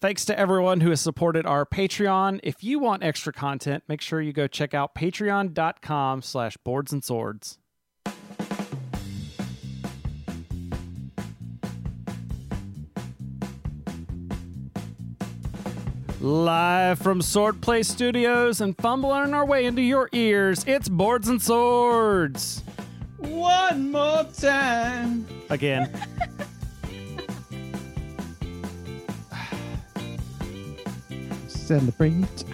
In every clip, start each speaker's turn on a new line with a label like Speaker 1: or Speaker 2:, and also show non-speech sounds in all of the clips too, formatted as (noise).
Speaker 1: Thanks to everyone who has supported our Patreon. If you want extra content, make sure you go check out patreon.com slash boards and swords. Live from Swordplay Studios and fumbling our way into your ears, it's Boards and Swords
Speaker 2: One more time.
Speaker 1: again.
Speaker 2: Celebrate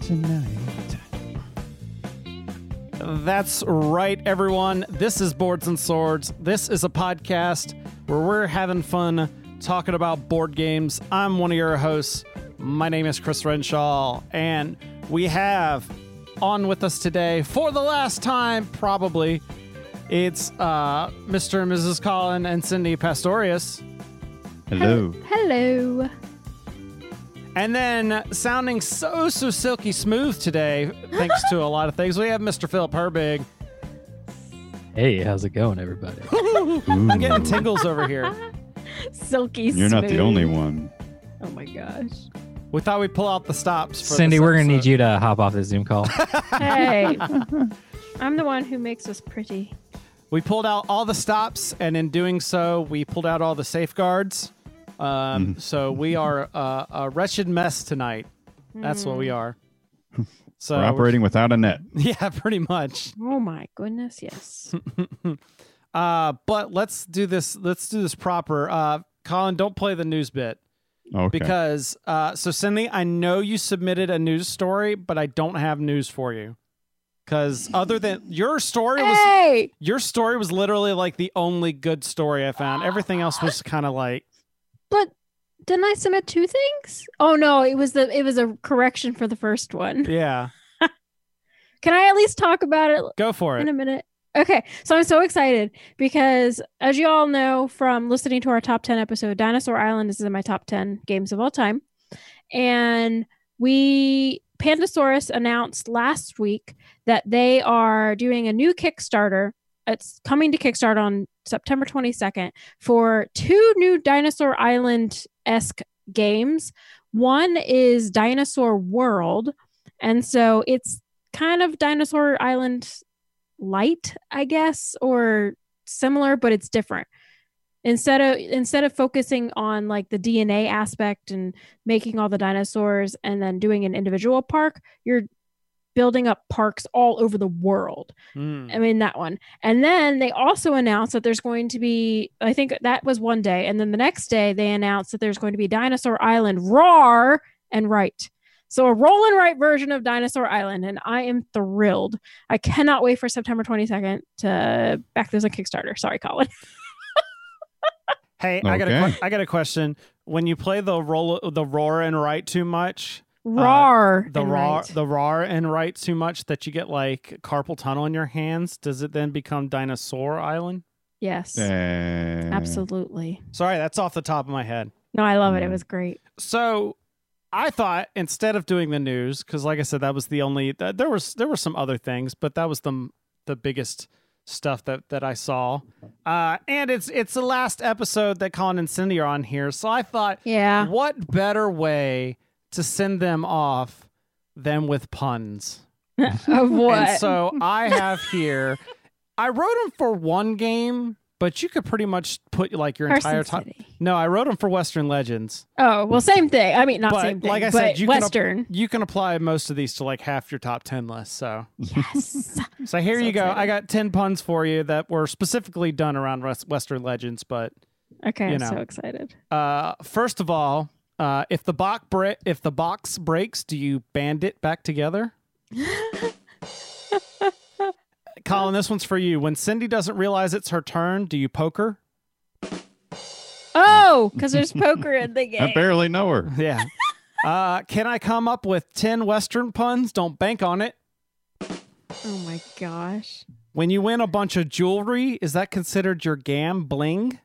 Speaker 2: tonight.
Speaker 1: That's right, everyone. This is Boards and Swords. This is a podcast where we're having fun talking about board games. I'm one of your hosts. My name is Chris Renshaw, and we have on with us today for the last time, probably. It's uh, Mr. and Mrs. Collin and Cindy Pastorius.
Speaker 2: Hello.
Speaker 3: Hello.
Speaker 1: And then sounding so, so silky smooth today, thanks to a lot of things, we have Mr. Philip Herbig.
Speaker 4: Hey, how's it going, everybody?
Speaker 1: I'm getting tingles over here.
Speaker 3: Silky
Speaker 5: You're not the
Speaker 3: smooth.
Speaker 5: only one.
Speaker 3: Oh my gosh.
Speaker 1: We thought we'd pull out the stops. For
Speaker 4: Cindy,
Speaker 1: this
Speaker 4: we're gonna
Speaker 1: episode.
Speaker 4: need you to hop off the
Speaker 1: (laughs)
Speaker 4: Zoom call.
Speaker 3: (laughs) Hey. I'm the one who makes us pretty.
Speaker 1: We pulled out all the stops, and in doing so, we pulled out all the safeguards.
Speaker 5: Mm-hmm.
Speaker 1: Um, so we are uh, a wretched mess tonight. That's
Speaker 3: Hmm.
Speaker 1: what we
Speaker 5: (laughs)
Speaker 1: are. So
Speaker 5: We're operating without a net.
Speaker 1: (laughs) Yeah, pretty much.
Speaker 3: Oh my goodness, yes.
Speaker 1: Uh, but let's do this. Let's do this proper. Uh, Colin, don't play the news bit
Speaker 5: Okay.
Speaker 1: because uh, so Cindy, I know you submitted a news story, but I don't have news for you because other than your story was
Speaker 3: hey!
Speaker 1: Your story was literally like the only good story I found. Everything else was kind of like,
Speaker 3: But didn't I submit two things? Oh no, it was the it was a correction for the first one.
Speaker 1: yeah,
Speaker 3: Can I at least talk about it
Speaker 1: go for
Speaker 3: (laughs) in
Speaker 1: it.
Speaker 3: a minute. Okay, so I'm so excited because, as you all know from listening to our top 10 episode, Dinosaur Island is in my top 10 games of all time. And we, Pandasaurus announced last week that they are doing a new Kickstarter. It's coming to Kickstarter on September 22nd for two new Dinosaur Island esque games. One is Dinosaur World. And so it's kind of Dinosaur Island light, I guess, or similar, but it's different. Instead of instead of focusing on like the DNA aspect and making all the dinosaurs and then doing an individual park, you're building up parks all over the world.
Speaker 1: Mm.
Speaker 3: I mean that one. And then they also announced that there's going to be I think that was one day and then the next day they announced that there's going to be Dinosaur Island Roar and Right. So a roll and right version of Dinosaur Island and I am thrilled. I cannot wait for September 22nd to back this on Kickstarter. Sorry Colin.
Speaker 1: Hey, I got a
Speaker 5: Okay.
Speaker 1: que- I got a question. When you play the roll the roar and write too much,
Speaker 3: (laughs) Roar.
Speaker 1: Uh, the
Speaker 3: and
Speaker 1: roar
Speaker 3: Right.
Speaker 1: the roar and write too much that you get like carpal tunnel in your hands, does it then become dinosaur island?
Speaker 3: yes.
Speaker 5: Eh,
Speaker 3: Absolutely.
Speaker 1: Sorry, that's off the top of my head.
Speaker 3: No, I love it. It
Speaker 5: Mm.
Speaker 3: was great.
Speaker 1: So I thought instead of doing the news, because like I said, that was the only th- there was there were some other things, but that was the the biggest stuff that that I saw. Uh, and it's it's the last episode that Colin and Cindy are on here, so I thought,
Speaker 3: Yeah.
Speaker 1: what better way to send them off than with puns? (laughs)
Speaker 3: of
Speaker 1: And
Speaker 3: what?
Speaker 1: so
Speaker 3: (laughs)
Speaker 1: I have here, I wrote them for one game, but you could pretty much put like your
Speaker 3: Carson
Speaker 1: entire time.
Speaker 3: City.
Speaker 1: No, I wrote them for Western Legends.
Speaker 3: Oh, well same thing. I mean not
Speaker 1: But,
Speaker 3: same thing.
Speaker 1: like I
Speaker 3: but
Speaker 1: said, you can up-
Speaker 3: Western.
Speaker 1: (laughs) you can apply most of these to like half your top 10 list so
Speaker 3: Yes.
Speaker 1: so here
Speaker 3: So
Speaker 1: you go
Speaker 3: excited.
Speaker 1: i got 10 puns for you that were specifically done around Wes- western legends but
Speaker 3: Okay,
Speaker 1: You
Speaker 3: I'm
Speaker 1: know.
Speaker 3: so excited.
Speaker 1: uh first of all uh if the box bre- if the box breaks do you band it back together colin this one's for you when cindy doesn't realize it's her turn do you poke her
Speaker 3: Oh, because there's poker
Speaker 1: (laughs)
Speaker 3: in the
Speaker 5: I
Speaker 3: game.
Speaker 5: barely know her.
Speaker 1: (laughs) yeah uh can i come up with 10 western puns don't bank on it
Speaker 3: Oh my gosh.
Speaker 1: when you win a bunch of jewelry is that considered your gambling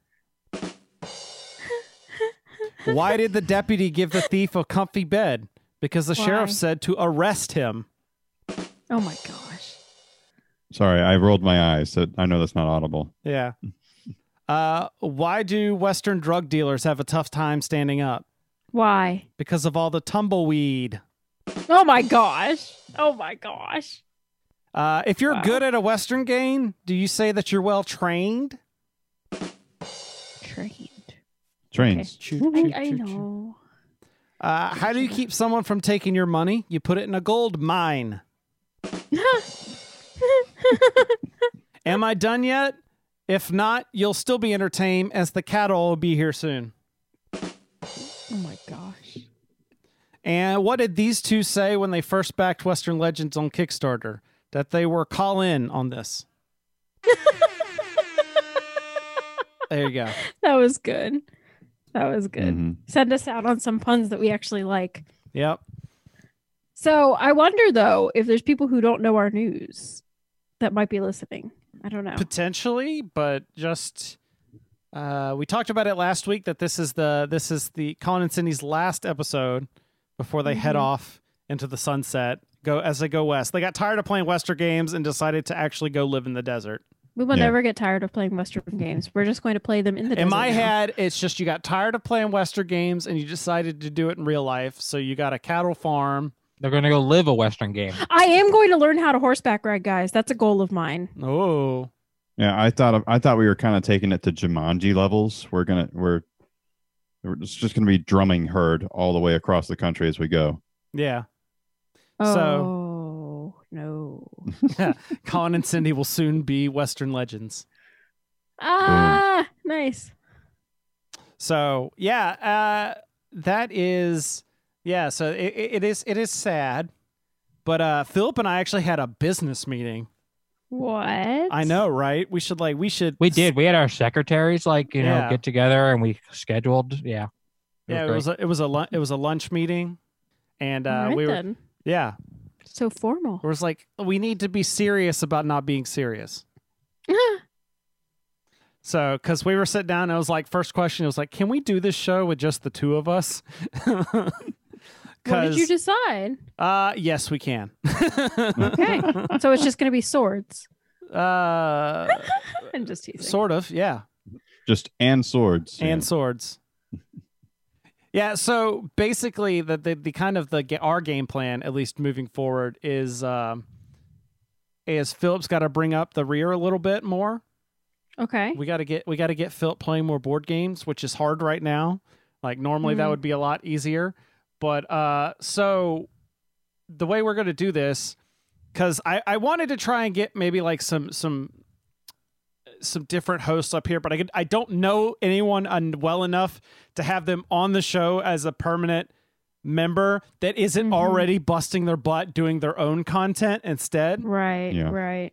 Speaker 1: Why did the deputy give the thief a comfy bed? Because the sheriff
Speaker 3: Why?
Speaker 1: said to arrest him.
Speaker 3: Oh my gosh.
Speaker 5: Sorry, I rolled my eyes. So I know that's not audible.
Speaker 1: Yeah. Uh, why do Western drug dealers have a tough time standing up?
Speaker 3: Why?
Speaker 1: Because of all the tumbleweed.
Speaker 3: Oh my gosh. Oh my gosh.
Speaker 1: Uh, if you're
Speaker 3: Wow.
Speaker 1: good at a Western game, do you say that you're well trained?
Speaker 3: Trained.
Speaker 5: Trains.
Speaker 1: Choo,
Speaker 3: I,
Speaker 1: choo,
Speaker 3: (laughs) I
Speaker 1: choo, choo.
Speaker 3: (laughs) know.
Speaker 1: Uh, how do you keep someone from taking your money? You put it in a gold mine.
Speaker 3: Oh
Speaker 1: Am I done yet? If not, you'll still be entertained as the cattle will be here soon.
Speaker 3: oh my gosh.
Speaker 1: And what did these two say when they first backed Western Legends on Kickstarter? That they were call in on this. there you go.
Speaker 3: That was good. That was good.
Speaker 1: Mm-hmm.
Speaker 5: Mhm.
Speaker 3: Send us out on some puns that we actually like.
Speaker 1: Yep.
Speaker 3: So I wonder though if there's people who don't know our news that might be listening. I don't know.
Speaker 1: Potentially, but just uh, we talked about it last week that this is the this is the Colin and Cindy's last episode before they head
Speaker 3: Mhm.
Speaker 1: off into the sunset. Go as they go west. They got tired of playing Western games and decided to actually go live in the desert.
Speaker 3: We will
Speaker 5: Yeah.
Speaker 3: never get tired of playing Western games. We're just going to play them in the
Speaker 1: in
Speaker 3: desert
Speaker 1: my
Speaker 3: now.
Speaker 1: head, it's just you got tired of playing Western games and you decided to do it in real life. So you got a cattle farm.
Speaker 4: They're going to go live a Western game.
Speaker 3: I am going to learn how to horseback ride, guys. That's a goal of mine.
Speaker 1: Oh,
Speaker 5: Yeah, I thought of, I thought we were kind of taking it to Jumanji levels. We're gonna we're, we're it's just gonna be drumming herd all the way across the country as we go.
Speaker 1: yeah.
Speaker 3: Oh no.
Speaker 1: Colin and Cindy will soon be Western legends.
Speaker 3: (laughs) ah, nice.
Speaker 1: So yeah, uh, that is yeah. So it, it it is it is sad, but uh, Philip and I actually had a business meeting.
Speaker 3: What?
Speaker 1: I know, right? We should like we should
Speaker 4: We did. We had our secretaries like you know
Speaker 1: Yeah.
Speaker 4: get together and we scheduled. Yeah.
Speaker 1: Yeah, it was a, it was a lun- it was a lunch meeting, and
Speaker 3: All
Speaker 1: uh,
Speaker 3: right
Speaker 1: we were
Speaker 3: then.
Speaker 1: yeah.
Speaker 3: So formal.
Speaker 1: It was like we need to be serious about not being serious. So, because we were sitting down, and I was like, first question, it was like, can we do this show with just the two of us?
Speaker 3: (laughs)
Speaker 1: (laughs)
Speaker 3: what did
Speaker 1: Because
Speaker 3: you decide?
Speaker 1: uh, yes, we can. (laughs)
Speaker 3: (laughs) Okay. so it's just going to be swords.
Speaker 1: uh,
Speaker 3: I'm just teasing.
Speaker 1: sort of, yeah.
Speaker 5: Just and swords. you
Speaker 1: and
Speaker 5: know.
Speaker 1: swords. Yeah, so basically, the, the the kind of the ga- our game plan, at least moving forward, is um, is Philip's got to bring up the rear a little bit more.
Speaker 3: Okay.
Speaker 1: We got to get we got to get Philip playing more board games, which is hard right now. Like normally that
Speaker 3: Mhm.
Speaker 1: would be a lot easier, but uh, so the way we're gonna do this, because I I wanted to try and get maybe like some some some different hosts up here, but I could, I don't know anyone un- well enough to have them on the show as a permanent member that isn't
Speaker 3: Mhm.
Speaker 1: already busting their butt doing their own content instead.
Speaker 3: Right.
Speaker 5: Yeah.
Speaker 3: Right.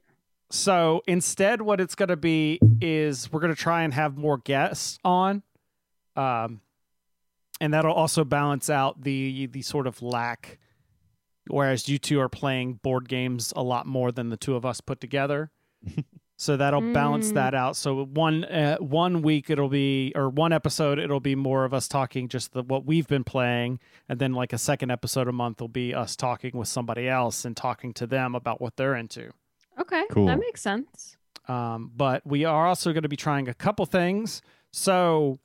Speaker 1: So instead, what it's going to be is we're going to try and have more guests on, um, and that'll also balance out the the sort of lack. Whereas you two are playing board games a lot more than the two of us put together, so that'll balance
Speaker 3: Mm.
Speaker 1: that out. So one uh, one week it'll be or one episode it'll be more of us talking just the what we've been playing, and then like a second episode a month will be us talking with somebody else and talking to them about what they're into.
Speaker 3: Okay.
Speaker 5: Cool.
Speaker 3: That makes sense.
Speaker 1: Um, but we are also going to be trying a couple things. So,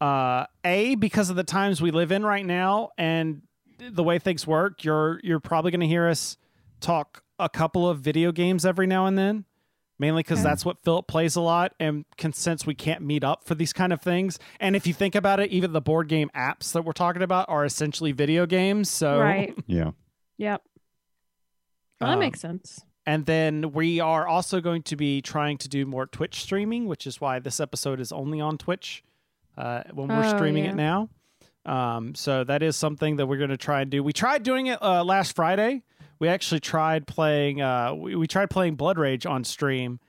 Speaker 1: uh, a because of the times we live in right now and the way things work, you're you're probably going to hear us talk a couple of video games every now and then, mainly because
Speaker 3: Okay.
Speaker 1: that's what Philip plays a lot. And can, since we can't meet up for these kind of things, and if you think about it, even the board game apps that we're talking about are essentially video games. So,
Speaker 3: Right.
Speaker 5: Yeah.
Speaker 3: Yep. Well, that
Speaker 1: um,
Speaker 3: makes sense.
Speaker 1: And then we are also going to be trying to do more Twitch streaming, which is why this episode is only on Twitch uh, when we're
Speaker 3: Oh,
Speaker 1: streaming
Speaker 3: yeah.
Speaker 1: it now. Um, so that is something that we're going to try and do. We tried doing it uh, last Friday. We actually tried playing. Uh, we, we tried playing Blood Rage on stream,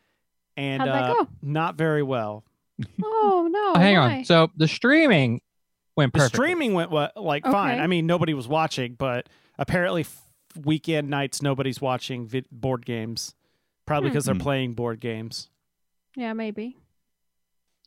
Speaker 1: and
Speaker 3: How'd that
Speaker 1: uh, (laughs)
Speaker 3: go?
Speaker 1: not very well.
Speaker 3: Oh no.
Speaker 4: Oh, hang on.
Speaker 3: why?
Speaker 4: So the streaming went
Speaker 1: The
Speaker 4: perfect.
Speaker 1: streaming went wa- like fine.
Speaker 3: Okay.
Speaker 1: I mean, nobody was watching, but apparently f- weekend nights nobody's watching vi- board games, probably
Speaker 3: Hmm.
Speaker 1: because they're
Speaker 5: Hmm.
Speaker 1: playing board games.
Speaker 3: Yeah, maybe.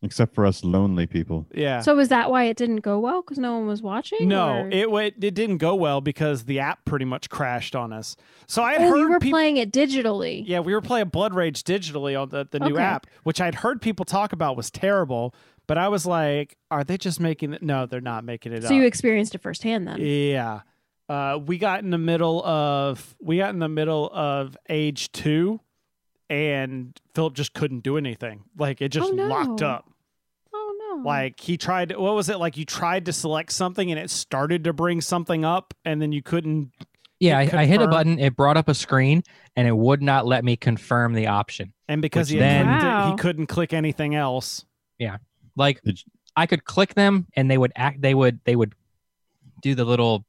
Speaker 5: except for us lonely people.
Speaker 1: Yeah.
Speaker 3: So was that why it didn't go well? Because no one was watching?
Speaker 1: no,
Speaker 3: or-
Speaker 1: it wa- it didn't go well because the app pretty much crashed on us. So I had
Speaker 3: oh,
Speaker 1: heard
Speaker 3: you were
Speaker 1: people.
Speaker 3: playing it digitally.
Speaker 1: Yeah, we were playing Blood Rage digitally on the, the new
Speaker 3: Okay.
Speaker 1: app, which I'd heard people talk about was terrible. But I was like, are they just making it? No, they're not making it
Speaker 3: so
Speaker 1: up.
Speaker 3: you experienced it firsthand then.
Speaker 1: Yeah. Uh, we got in the middle of we got in the middle of age two, and Philip just couldn't do anything. Like it just
Speaker 3: Oh, no.
Speaker 1: locked up.
Speaker 3: Oh no.
Speaker 1: Like he tried. What was it? Like you tried to select something, and it started to bring something up, and then you couldn't.
Speaker 4: Yeah,
Speaker 1: Hit
Speaker 4: I, I hit a
Speaker 1: confirm.
Speaker 4: button. It brought up a screen, and it would not let me confirm the option.
Speaker 1: And because
Speaker 4: Which
Speaker 1: he
Speaker 4: then-
Speaker 1: had clicked it,
Speaker 3: Wow.
Speaker 1: he couldn't click anything else.
Speaker 4: Like
Speaker 5: Did
Speaker 4: I could click them, and they would act. They would. They would do the little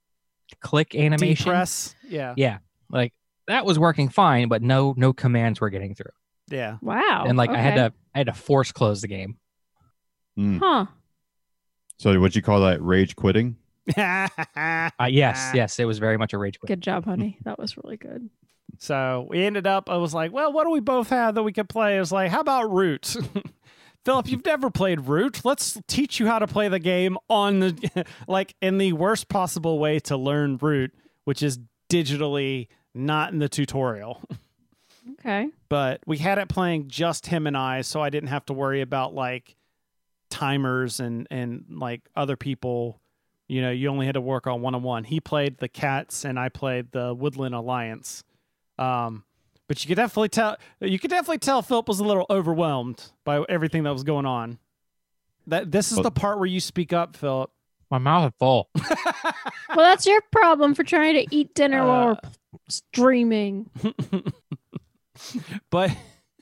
Speaker 4: click animation.
Speaker 1: Depress. Yeah.
Speaker 4: Yeah, like that was working fine, but no, no commands were getting through,
Speaker 1: Yeah. (laughs)
Speaker 3: wow.
Speaker 4: and like I had
Speaker 3: Oh, okay.
Speaker 4: to, I had to force close the game.
Speaker 1: Mm.
Speaker 3: Huh.
Speaker 5: So would you call that rage quitting?
Speaker 4: Uh, yes, yes, it was very much a rage quit.
Speaker 3: Good job, honey. That was really good.
Speaker 1: So we ended up, I was like, well, what do we both have that we could play? I was like, how about Root? (laughs) Philip, you've never played Root. Let's teach you how to play the game on the, (laughs) like, in the worst possible way to learn Root, which is digitally not in the tutorial. (laughs)
Speaker 3: Okay.
Speaker 1: But we had it playing just him and I, so I didn't have to worry about, like, timers and, and like, other people. You know, you only had to work on one on one. He played the Cats, and I played the Woodland Alliance. Um, but you could definitely tell you could definitely tell Philip was a little overwhelmed by everything that was going on. That this is
Speaker 5: Well-
Speaker 1: the part where you speak up, Philip.
Speaker 4: My mouth is full.
Speaker 3: Well, that's your problem for trying to eat dinner while
Speaker 1: Uh,
Speaker 3: we're p- streaming.
Speaker 1: (laughs) but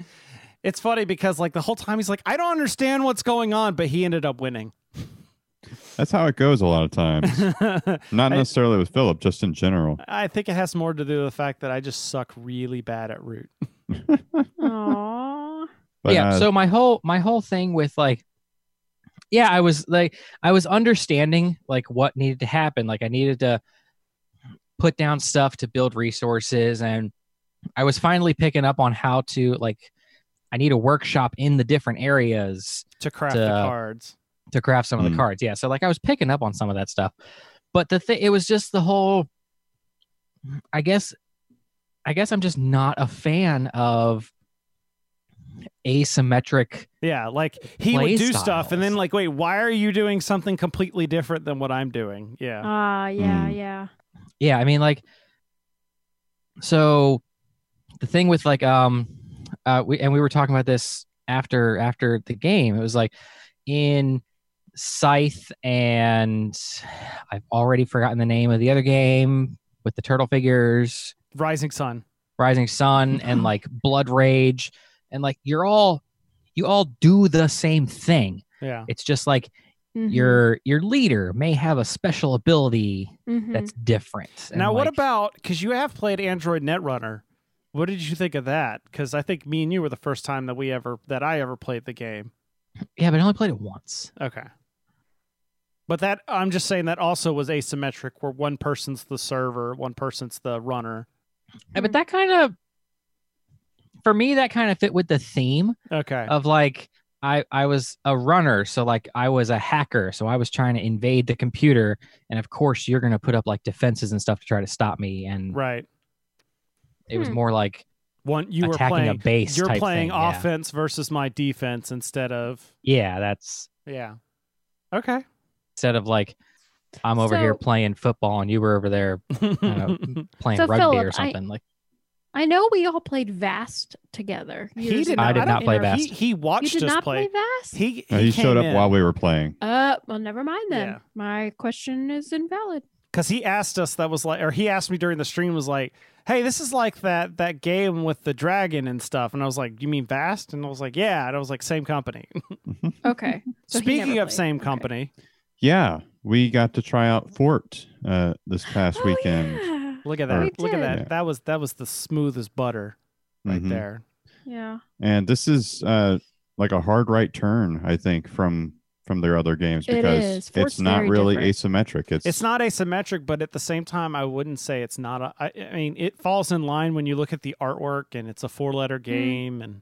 Speaker 1: (laughs) it's funny because like the whole time he's like, I don't understand what's going on, but he ended up winning. (laughs)
Speaker 5: That's how it goes a lot of times.
Speaker 3: (laughs)
Speaker 5: Not
Speaker 1: I-
Speaker 5: necessarily with Philip, just in general.
Speaker 1: I think it has more to do with the fact that I just suck really bad at root.
Speaker 3: Aww.
Speaker 5: But
Speaker 4: yeah.
Speaker 5: uh,
Speaker 4: so my whole my whole thing with like, yeah, I was like, I was understanding like what needed to happen. Like I needed to put down stuff to build resources, and I was finally picking up on how to like. I need a workshop in the different areas
Speaker 1: To craft the
Speaker 4: Duh.
Speaker 1: cards.
Speaker 4: to craft some of
Speaker 5: Mm.
Speaker 4: the cards. Yeah. So like I was picking up on some of that stuff. But the thing it was just the whole I guess I guess I'm just not a fan of asymmetric
Speaker 1: Yeah, like he
Speaker 4: Play
Speaker 1: would do stuff and
Speaker 4: styles.
Speaker 1: then like, wait, why are you doing something completely different than what I'm doing? Yeah.
Speaker 3: Ah, yeah,
Speaker 4: Hmm.
Speaker 5: Mm.
Speaker 3: yeah.
Speaker 4: yeah i mean like so the thing with like um uh we and we were talking about this after after the game it was like in scythe and i've already forgotten the name of the other game with the turtle figures
Speaker 1: Rising Sun.
Speaker 4: rising sun and like blood rage and like you're all you all do the same thing
Speaker 1: Yeah.
Speaker 4: it's just like
Speaker 3: Mhm,
Speaker 4: your your leader may have a special ability
Speaker 3: mhm.
Speaker 4: that's different And,
Speaker 1: Now, what
Speaker 4: like,
Speaker 1: about because you have played Android Netrunner? What did you think of that? Because I think me and you were the first time that we ever that I ever played the game.
Speaker 4: Yeah, but I only played it once.
Speaker 1: Okay, but that I'm just saying that also was asymmetric, where one person's the server, one person's the runner.
Speaker 4: Yeah,
Speaker 3: Hmm.
Speaker 4: But that kind of, for me, that kind of fit with the theme
Speaker 1: Okay,
Speaker 4: of like I I was a runner, so like I was a hacker, so I was trying to invade the computer, and of course you're gonna put up like defenses and stuff to try to stop me, and
Speaker 1: right.
Speaker 4: it was
Speaker 3: Hmm.
Speaker 4: more like
Speaker 1: One you were
Speaker 4: attacking a
Speaker 1: playing.
Speaker 4: base.
Speaker 1: You're
Speaker 4: type
Speaker 1: playing
Speaker 4: thing, yeah.
Speaker 1: offense versus my defense instead of
Speaker 4: Yeah. that's
Speaker 1: yeah. Okay.
Speaker 4: instead of like I'm over here
Speaker 3: So-
Speaker 4: playing football and you were over there
Speaker 1: (laughs)
Speaker 4: know. playing
Speaker 3: So,
Speaker 4: rugby
Speaker 3: Philip,
Speaker 4: or
Speaker 3: I-
Speaker 4: something. like
Speaker 3: I know we all played Vast together.
Speaker 1: he
Speaker 3: years
Speaker 1: did.
Speaker 3: ago.
Speaker 4: I did not
Speaker 1: don't-
Speaker 4: play
Speaker 1: he-
Speaker 4: Vast.
Speaker 1: He, watched
Speaker 3: You did
Speaker 1: us
Speaker 3: not
Speaker 1: play.
Speaker 3: play Vast?
Speaker 1: He
Speaker 5: no, uh, he showed up
Speaker 1: while
Speaker 5: while we were playing.
Speaker 3: Uh, well, never mind then.
Speaker 1: Yeah.
Speaker 3: My question is
Speaker 4: (laughs)
Speaker 3: invalid.
Speaker 1: because he asked us that was like or he asked me during the stream was like hey this is like that that game with the dragon and stuff and i was like you mean vast and i was like yeah and i was like same company
Speaker 3: Okay. (laughs) So he
Speaker 1: speaking
Speaker 3: never
Speaker 1: of
Speaker 3: played.
Speaker 1: same
Speaker 3: Okay.
Speaker 1: company
Speaker 5: Yeah, we got to try out Fort uh, this past
Speaker 3: Oh,
Speaker 5: weekend.
Speaker 3: Yeah.
Speaker 1: look at that
Speaker 5: Or- We
Speaker 1: look at
Speaker 3: did.
Speaker 1: that
Speaker 5: Yeah.
Speaker 1: that was that was the smooth as butter right
Speaker 5: Mhm.
Speaker 1: there
Speaker 3: yeah.
Speaker 5: And this is uh, like a hard right turn, I think, from from their other games
Speaker 3: It
Speaker 5: because
Speaker 3: is. Fort's
Speaker 5: it's not
Speaker 3: very
Speaker 5: really
Speaker 3: different.
Speaker 5: asymmetric. It's,
Speaker 1: it's not asymmetric but at the same time i wouldn't say it's not Hmm. a i, I mean it falls in line when you look at the artwork and it's a four letter game and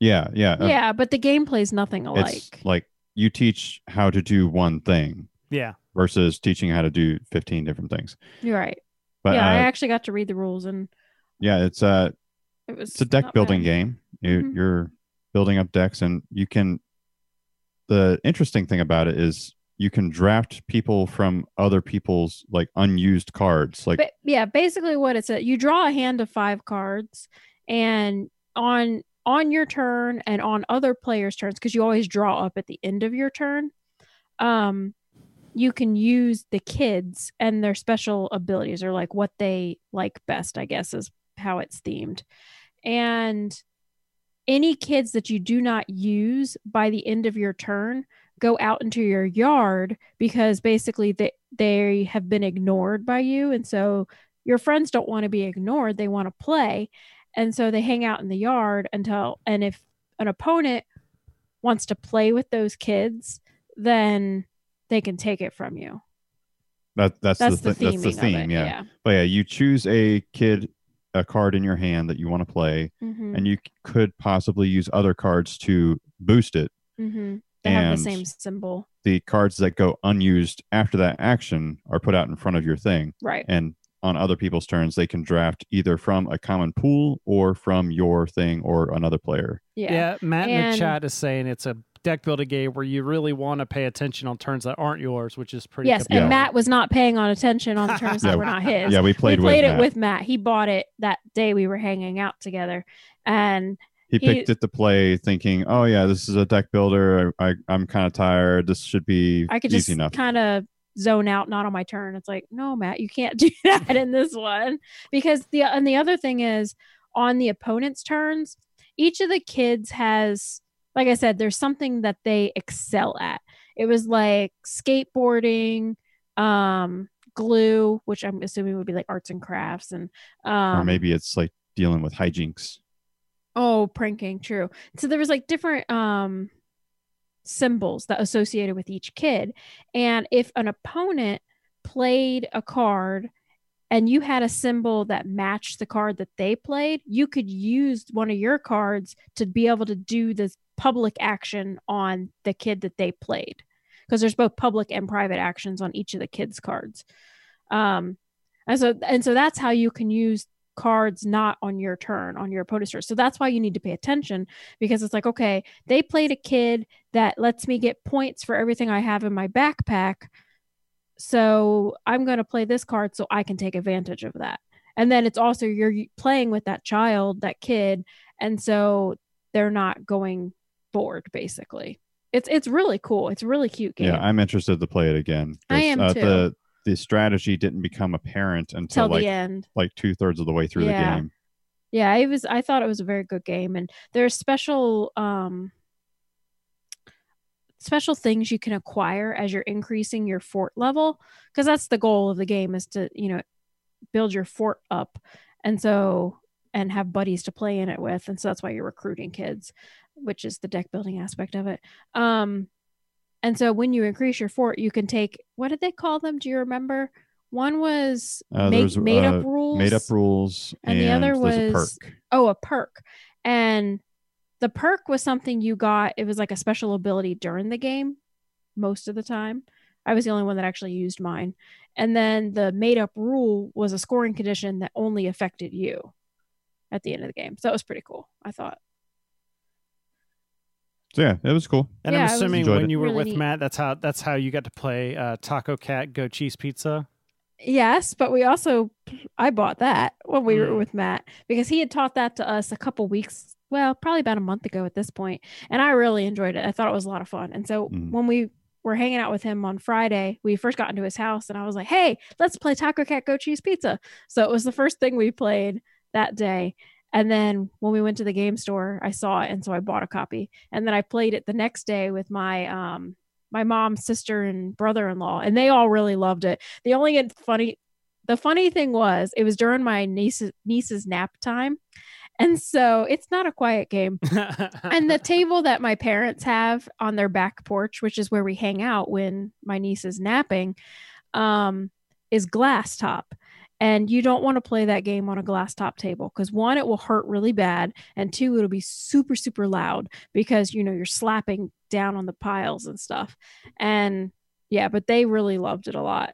Speaker 5: Yeah, yeah. uh,
Speaker 3: yeah, but the gameplay's nothing alike.
Speaker 5: It's like you teach how to do one thing
Speaker 1: Yeah.
Speaker 5: versus teaching how to do 15 different things.
Speaker 3: You're right.
Speaker 5: But
Speaker 3: yeah, I
Speaker 5: uh,
Speaker 3: actually got to read the rules and
Speaker 5: yeah, it's uh
Speaker 3: it was
Speaker 5: it's a deck
Speaker 3: not
Speaker 5: building
Speaker 3: bad.
Speaker 5: game. You,
Speaker 3: Mhm.
Speaker 5: You're building up decks, and you can. The interesting thing about it is you can draft people from other people's like unused cards. Like
Speaker 3: Ba- yeah, basically what it's a you draw a hand of five cards and on on your turn and on other players' turns, because you always draw up at the end of your turn, um, you can use the kids and their special abilities or like what they like best, I guess, is how it's themed. And any kids that you do not use by the end of your turn go out into your yard because basically they, they have been ignored by you. And so your friends don't want to be ignored, they want to play. And so they hang out in the yard until, and if an opponent wants to play with those kids, then they can take it from you.
Speaker 5: that, that's,
Speaker 3: That's
Speaker 5: the,
Speaker 3: the,
Speaker 5: thi-
Speaker 3: theming
Speaker 5: that's the
Speaker 3: of
Speaker 5: theme.
Speaker 3: it.
Speaker 5: Yeah.
Speaker 3: yeah.
Speaker 5: But yeah, you choose a kid, a card in your hand that you want to play,
Speaker 3: Mm-hmm.
Speaker 5: and you c- could possibly use other cards to boost it.
Speaker 3: mm-hmm. They have
Speaker 5: and-
Speaker 3: the same symbol.
Speaker 5: The cards that go unused after that action are put out in front of your thing.
Speaker 3: Right.
Speaker 5: and on other people's turns they can draft either from a common pool or from your thing or another player
Speaker 1: Yeah.
Speaker 3: Yeah.
Speaker 1: Matt in the
Speaker 3: And-
Speaker 1: chat is saying it's a deck building game where you really want to pay attention on turns that aren't yours, which is pretty.
Speaker 3: Yes. And
Speaker 1: compelling.
Speaker 3: Matt was not paying on attention on the terms
Speaker 5: Yeah,
Speaker 3: that were not his.
Speaker 5: yeah we played,
Speaker 3: we
Speaker 5: with,
Speaker 3: played it
Speaker 5: Matt.
Speaker 3: with Matt. He bought it that day we were hanging out together. And
Speaker 5: he
Speaker 3: he-
Speaker 5: picked it to play thinking oh yeah this is a deck builder i, I i'm kind of tired this should be
Speaker 3: I could
Speaker 5: easy
Speaker 3: just
Speaker 5: enough
Speaker 3: kind of zone out, not on my turn. It's like, no, Matt, you can't (laughs) do that in this one. Because the and the other thing is on the opponent's turns, each of the kids has, like I said, there's something that they excel at. It was like skateboarding, um, glue, which I'm assuming would be like arts and crafts and um
Speaker 5: or maybe it's like dealing with hijinks
Speaker 3: Oh, pranking, true. So there was like different um symbols that associated with each kid. And if an opponent played a card and you had a symbol that matched the card that they played, you could use one of your cards to be able to do this public action on the kid that they played. Because there's both public and private actions on each of the kids' cards. Um and so and so that's how you can use cards not on your turn on your opponent's turn so that's why you need to pay attention because it's like okay they played a kid that lets me get points for everything i have in my backpack so i'm going to play this card so i can take advantage of that and then it's also you're y- playing with that child that kid and so they're not going bored basically it's it's really cool it's a really cute game
Speaker 5: yeah i'm interested to play it again
Speaker 3: I
Speaker 5: 'cause,
Speaker 3: am
Speaker 5: uh,
Speaker 3: too.
Speaker 5: the the strategy didn't become apparent until
Speaker 3: till
Speaker 5: like
Speaker 3: the end
Speaker 5: like two-thirds of the way through
Speaker 3: Yeah.
Speaker 5: the game
Speaker 3: Yeah, it was I thought it was a very good game and there's special um special things you can acquire as you're increasing your fort level because that's the goal of the game is to, you know, build your fort up and so and have buddies to play in it with and so that's why you're recruiting kids, which is the deck building aspect of it. Um and so when you increase your fort, you can take what did they call them? Do you remember? One was
Speaker 5: Uh, there
Speaker 3: make,
Speaker 5: was,
Speaker 3: made
Speaker 5: uh,
Speaker 3: up rules.
Speaker 5: made up rules
Speaker 3: And the other
Speaker 5: there's
Speaker 3: was-
Speaker 5: a perk
Speaker 3: oh a perk and the perk was something you got it was like a special ability during the game most of the time i was the only one that actually used mine and then the made up rule was a scoring condition that only affected you at the end of the game so that was pretty cool i thought
Speaker 5: so yeah it was cool
Speaker 1: And
Speaker 3: Yeah,
Speaker 1: I'm
Speaker 3: I was-
Speaker 1: assuming
Speaker 5: Enjoyed
Speaker 1: when
Speaker 5: it.
Speaker 1: you were
Speaker 3: Really
Speaker 1: with
Speaker 3: neat.
Speaker 1: Matt, that's how that's how you got to play uh, Taco Cat Go Cheese Pizza.
Speaker 3: yes but we also i bought that when we were
Speaker 1: Mm.
Speaker 3: with matt because he had taught that to us a couple weeks well probably about a month ago at this point and i really enjoyed it i thought it was a lot of fun and so
Speaker 5: Mhm.
Speaker 3: when we were hanging out with him on friday we first got into his house and i was like hey let's play taco cat go cheese pizza so it was the first thing we played that day and then when we went to the game store i saw it and so i bought a copy and then i played it the next day with my um my mom's sister and brother-in-law and they all really loved it the only funny the funny thing was it was during my niece's niece's nap time and so it's not a quiet game
Speaker 1: (laughs)
Speaker 3: and the table that my parents have on their back porch which is where we hang out when my niece is napping um is glass top And you don't want to play that game on a glass top table because one, it will hurt really bad, and two, it'll be super, super loud because you know you're slapping down on the piles and stuff. And yeah, but they really loved it a lot.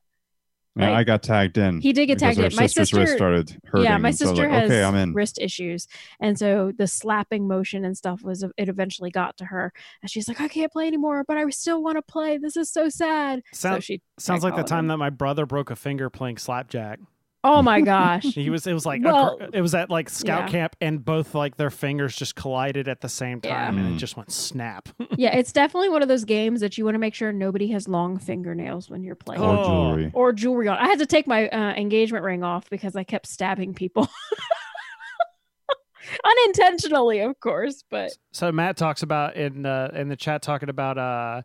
Speaker 5: Yeah,
Speaker 3: Right.
Speaker 5: I got tagged in.
Speaker 3: He did get
Speaker 5: because
Speaker 3: tagged
Speaker 5: our
Speaker 3: in. My
Speaker 5: sister's wrist
Speaker 3: sister-
Speaker 5: started hurting.
Speaker 3: yeah, my
Speaker 5: and so I was
Speaker 3: sister
Speaker 5: like,
Speaker 3: has
Speaker 5: okay, I'm in.
Speaker 3: wrist issues, and so the slapping motion and stuff was it eventually got to her, and she's like, "I can't play anymore, but I still want to play. This is so sad." so
Speaker 1: Sound,
Speaker 3: she
Speaker 1: sounds like the
Speaker 3: called
Speaker 1: time
Speaker 3: him.
Speaker 1: that my brother broke a finger playing slapjack.
Speaker 3: Oh
Speaker 1: (laughs)
Speaker 3: my gosh.
Speaker 1: He was it was like a
Speaker 3: Well,
Speaker 1: gr- it was at like scout
Speaker 3: yeah.
Speaker 1: camp and both like their fingers just collided at the same
Speaker 3: Yeah.
Speaker 1: time and it
Speaker 5: Mm.
Speaker 1: just went snap.
Speaker 3: yeah, it's definitely one of those games that you want to make sure nobody has long fingernails when you're playing.
Speaker 1: Oh.
Speaker 5: Or jewelry.
Speaker 3: Or jewelry on. I had to take my uh, engagement ring off because I kept stabbing people. (laughs) Unintentionally, of course, but
Speaker 1: So Matt talks about in uh, in the chat talking about uh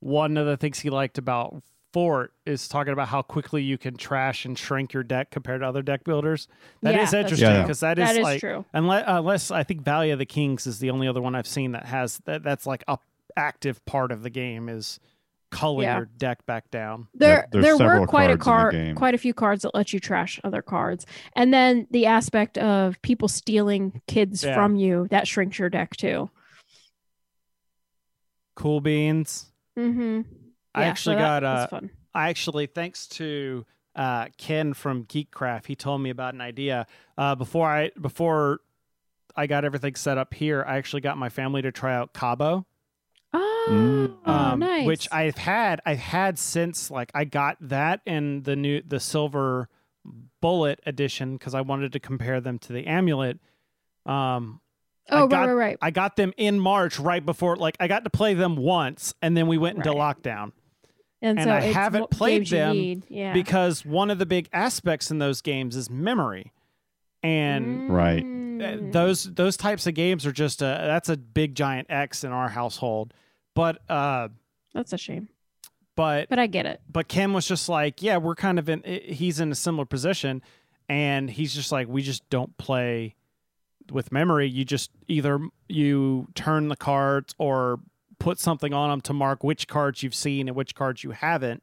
Speaker 1: one of the things he liked about Fort is talking about how quickly you can trash and shrink your deck compared to other deck builders. That is
Speaker 3: Yeah, that's
Speaker 1: interesting
Speaker 5: true.
Speaker 1: because that is
Speaker 3: that is
Speaker 1: like
Speaker 3: true.
Speaker 1: unless, unless I think Valley of the Kings is the only other one I've seen that has that that's like a active part of the game is culling
Speaker 3: Yeah.
Speaker 1: your deck back down.
Speaker 3: There,
Speaker 5: there's
Speaker 3: there were
Speaker 5: several
Speaker 3: quite
Speaker 5: cards in
Speaker 3: a
Speaker 5: the
Speaker 3: card,
Speaker 5: game.
Speaker 3: quite a few cards that let you trash other cards, and then the aspect of people stealing kids
Speaker 1: Yeah.
Speaker 3: from you that shrinks your deck too.
Speaker 1: Cool beans.
Speaker 3: Mm-hmm.
Speaker 1: I actually got, uh,
Speaker 3: fun.
Speaker 1: I actually, thanks to uh, Ken from Geekcraft, he told me about an idea. Uh, before I before I got everything set up here, I actually got my family to try out Cabo,
Speaker 3: Oh,
Speaker 5: Mm.
Speaker 1: um,
Speaker 3: nice.
Speaker 1: which I've had I've had since like I got that and the new the silver bullet edition because I wanted to compare them to the amulet. Um, I
Speaker 3: oh,
Speaker 1: got-
Speaker 3: right, right, right.
Speaker 1: I got them in March right before like I got to play them once and then we went into
Speaker 3: Right.
Speaker 1: lockdown. and
Speaker 3: so
Speaker 1: I
Speaker 3: it's
Speaker 1: haven't
Speaker 3: what
Speaker 1: played
Speaker 3: games you
Speaker 1: them
Speaker 3: need. Yeah.
Speaker 1: because one of the big aspects in those games is memory and
Speaker 5: Right.
Speaker 1: uh,
Speaker 3: Mm.
Speaker 1: those those types of games are just a that's a big giant x in our household but uh
Speaker 3: That's a shame,
Speaker 1: but
Speaker 3: but I get it.
Speaker 1: but Ken was just like, yeah, we're kind of in. eh, He's in a similar position, and he's just like, we just don't play with memory. You just either you turn the cards or put something on them to mark which cards you've seen and which cards you haven't,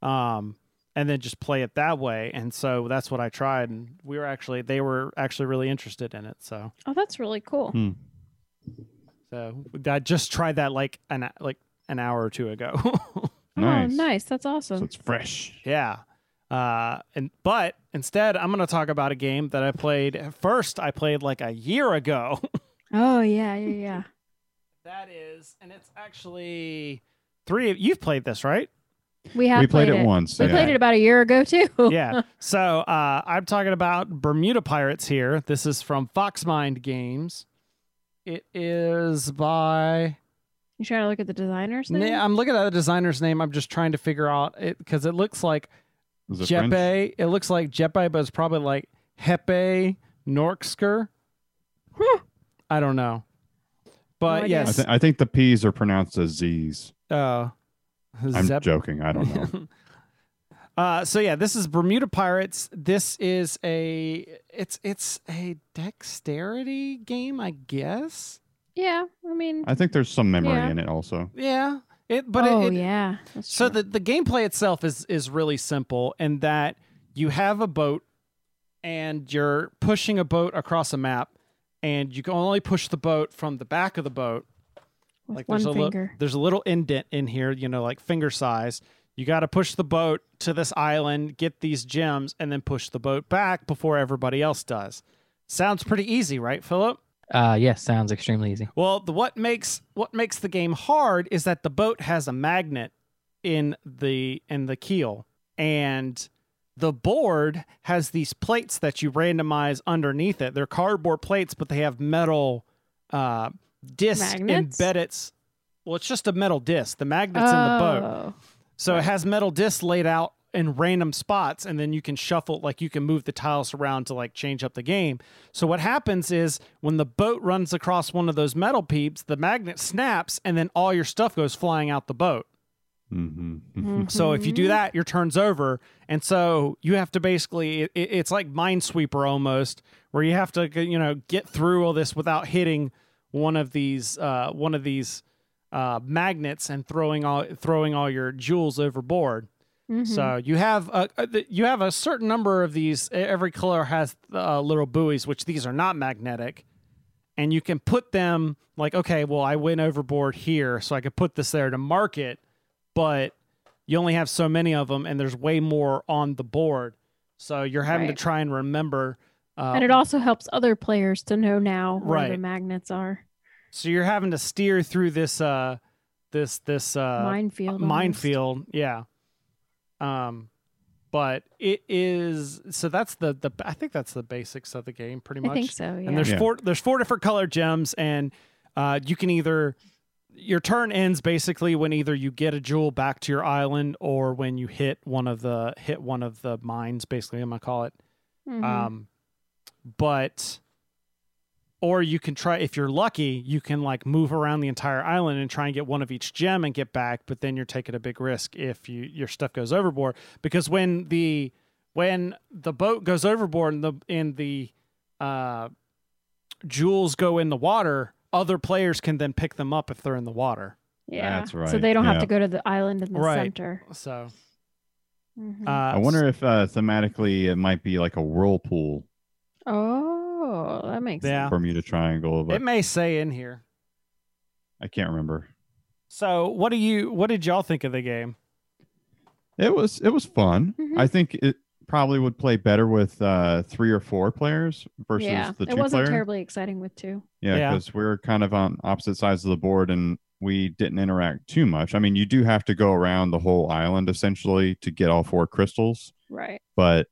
Speaker 1: um, and then just play it that way. And so that's what I tried, and we were actually they were actually really interested in it. So
Speaker 3: Oh, that's really cool.
Speaker 5: Hmm.
Speaker 1: so I just tried that like an like an hour or two ago. (laughs)
Speaker 5: Nice.
Speaker 3: Oh, nice. That's awesome.
Speaker 5: So it's fresh.
Speaker 1: Yeah. Uh, and but instead, I'm going to talk about a game that I played first. I played like a year ago. (laughs)
Speaker 3: oh yeah, yeah, yeah.
Speaker 1: that is, and it's actually three. of You've played this, right?
Speaker 3: We have
Speaker 5: we played, it, once.
Speaker 3: We
Speaker 5: yeah.
Speaker 3: played it about a year ago too.
Speaker 1: yeah. So uh, I'm talking about Bermuda Pirates here. This is from Foxmind Games. It is by.
Speaker 3: You trying to look at the designers?
Speaker 1: Nah,
Speaker 3: name?
Speaker 1: I'm looking at the designer's name. I'm just trying to figure out it because it looks like
Speaker 5: Was it
Speaker 1: Jeppe.
Speaker 5: French?
Speaker 1: It looks like Jeppe, but it's probably like Hepe Norksker.
Speaker 3: Huh.
Speaker 1: I don't know. But
Speaker 5: I,
Speaker 3: idea.
Speaker 1: yes,
Speaker 5: th- I think the P's are pronounced as Z's.
Speaker 1: uh,
Speaker 5: I'm
Speaker 1: Zep-
Speaker 5: joking. I don't
Speaker 1: (laughs)
Speaker 5: know.
Speaker 1: uh, so yeah, this is Bermuda Pirates. This is a it's it's a dexterity game, I guess.
Speaker 3: Yeah, I mean,
Speaker 5: I think there's some memory
Speaker 3: Yeah.
Speaker 5: in it also.
Speaker 1: Yeah, it but it-
Speaker 3: oh
Speaker 1: it,
Speaker 3: yeah. that's
Speaker 1: So
Speaker 3: true.
Speaker 1: the, the gameplay itself is is really simple in that you have a boat and you're pushing a boat across a map and you can only push the boat from the back of the boat.
Speaker 3: With
Speaker 1: Like
Speaker 3: one
Speaker 1: there's a little
Speaker 3: finger.
Speaker 1: there's a little indent in here, you know, like finger size. You got to push the boat to this island, get these gems and then push the boat back before everybody else does. Sounds pretty easy, right, Philip?
Speaker 4: Uh, yes, sounds
Speaker 3: (laughs)
Speaker 4: extremely easy.
Speaker 1: Well, the, what makes what makes the game hard is that the boat has a magnet in the in the keel, and the board has these plates that you randomize underneath it. They're cardboard plates, but they have metal uh, disc
Speaker 3: Magnets?
Speaker 1: embedded. Well, it's just a metal disc. The magnets in the boat.
Speaker 3: Oh,
Speaker 1: So it has metal discs laid out in random spots, and then you can shuffle, like you can move the tiles around to like change up the game. So what happens is when the boat runs across one of those metal peeps, the magnet snaps, and then all your stuff goes flying out the boat.
Speaker 5: hmm
Speaker 1: Mm-hmm. So if you do
Speaker 3: mhm.
Speaker 1: that, your turn's over, and so you have to basically it, it- it's like Minesweeper almost, where you have to you know get through all this without hitting one of these uh, one of these uh, magnets and throwing all throwing all your jewels overboard.
Speaker 3: Mhm.
Speaker 1: So you have a a- th- you have a certain number of these. E- Every color has uh, little buoys, which these are not magnetic, and you can put them like okay, well I went overboard here, so I could put this there to mark it, but you only have so many of them, and there's way more on the board, so you're having
Speaker 3: Right.
Speaker 1: to try and remember. Uh,
Speaker 3: and it also helps other players to know now where the
Speaker 1: Right.
Speaker 3: magnets are.
Speaker 1: so you're having to steer through this uh this this uh
Speaker 3: minefield. almost.
Speaker 1: minefield yeah um but it is so that's the the i think that's the basics of the game pretty much
Speaker 3: (laughs) I think so. Yeah.
Speaker 1: and there's
Speaker 5: Yeah.
Speaker 1: four there's four different color gems and uh you can either your turn ends basically when either you get a jewel back to your island or when you hit one of the hit one of the mines basically i'm gonna call it
Speaker 3: Mhm.
Speaker 1: um, but or you can try if you're lucky, you can like move around the entire island and try and get one of each gem and get back, but then you're taking a big risk if you your stuff goes overboard because when the when the boat goes overboard and the and the uh jewels go in the water, other players can then pick them up if they're in the water.
Speaker 3: yeah.
Speaker 5: That's
Speaker 3: So
Speaker 5: right,
Speaker 3: they don't have
Speaker 5: yeah.
Speaker 3: to go to the island in the
Speaker 1: Right.
Speaker 3: center.
Speaker 1: So
Speaker 3: Mhm.
Speaker 1: uh
Speaker 5: I wonder if uh, thematically it might be like a whirlpool
Speaker 3: oh, that makes
Speaker 1: Yeah.
Speaker 5: Bermuda Triangle,
Speaker 1: it
Speaker 5: but
Speaker 1: may say in here.
Speaker 5: I can't remember.
Speaker 1: So what do you what did y'all think of the game?
Speaker 5: It was it was fun.
Speaker 3: Mhm.
Speaker 5: I think it probably would play better with uh, three or four players versus
Speaker 3: yeah.
Speaker 5: the
Speaker 3: it
Speaker 5: two
Speaker 3: wasn't
Speaker 5: player.
Speaker 3: terribly exciting with two.
Speaker 5: Yeah,
Speaker 1: Yeah.
Speaker 5: because we're kind of on opposite sides of the board and we didn't interact too much. I mean, you do have to go around the whole island essentially to get all four crystals,
Speaker 3: Right.
Speaker 5: but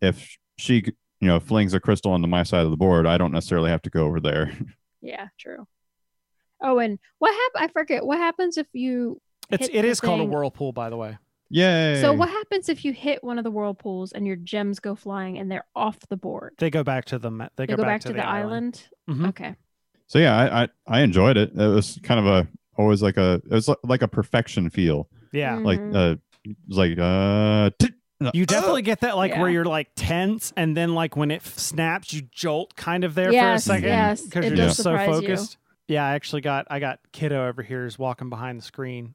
Speaker 5: if she, you know, flings a crystal onto my side of the board, I don't necessarily have to go over there. (laughs)
Speaker 3: Yeah. True. Oh, and what happened? I forget. What happens if you?
Speaker 1: It's
Speaker 3: Hit
Speaker 1: it
Speaker 3: the
Speaker 1: is called a
Speaker 3: thing.
Speaker 1: whirlpool by the way.
Speaker 5: Yay.
Speaker 3: So what happens if you hit one of the whirlpools and your gems go flying and they're off the board?
Speaker 1: They go back to the ma- they,
Speaker 3: They, go, back, to, the island.
Speaker 1: Mhm.
Speaker 3: Okay.
Speaker 5: So yeah, I, I I enjoyed it. It was kind of a always like a it was li- like a perfection feel.
Speaker 1: Yeah.
Speaker 5: Like
Speaker 3: Mhm.
Speaker 5: uh it was like uh t-
Speaker 1: You definitely get that like where
Speaker 3: Yeah.
Speaker 1: you're like tense and then like when it f- snaps you jolt kind of there
Speaker 3: Yes,
Speaker 1: for a second
Speaker 3: yes, it
Speaker 1: you're
Speaker 5: does
Speaker 1: just so
Speaker 3: surprise you.
Speaker 1: focused. Yeah, I actually got I got kiddo over here is walking behind the screen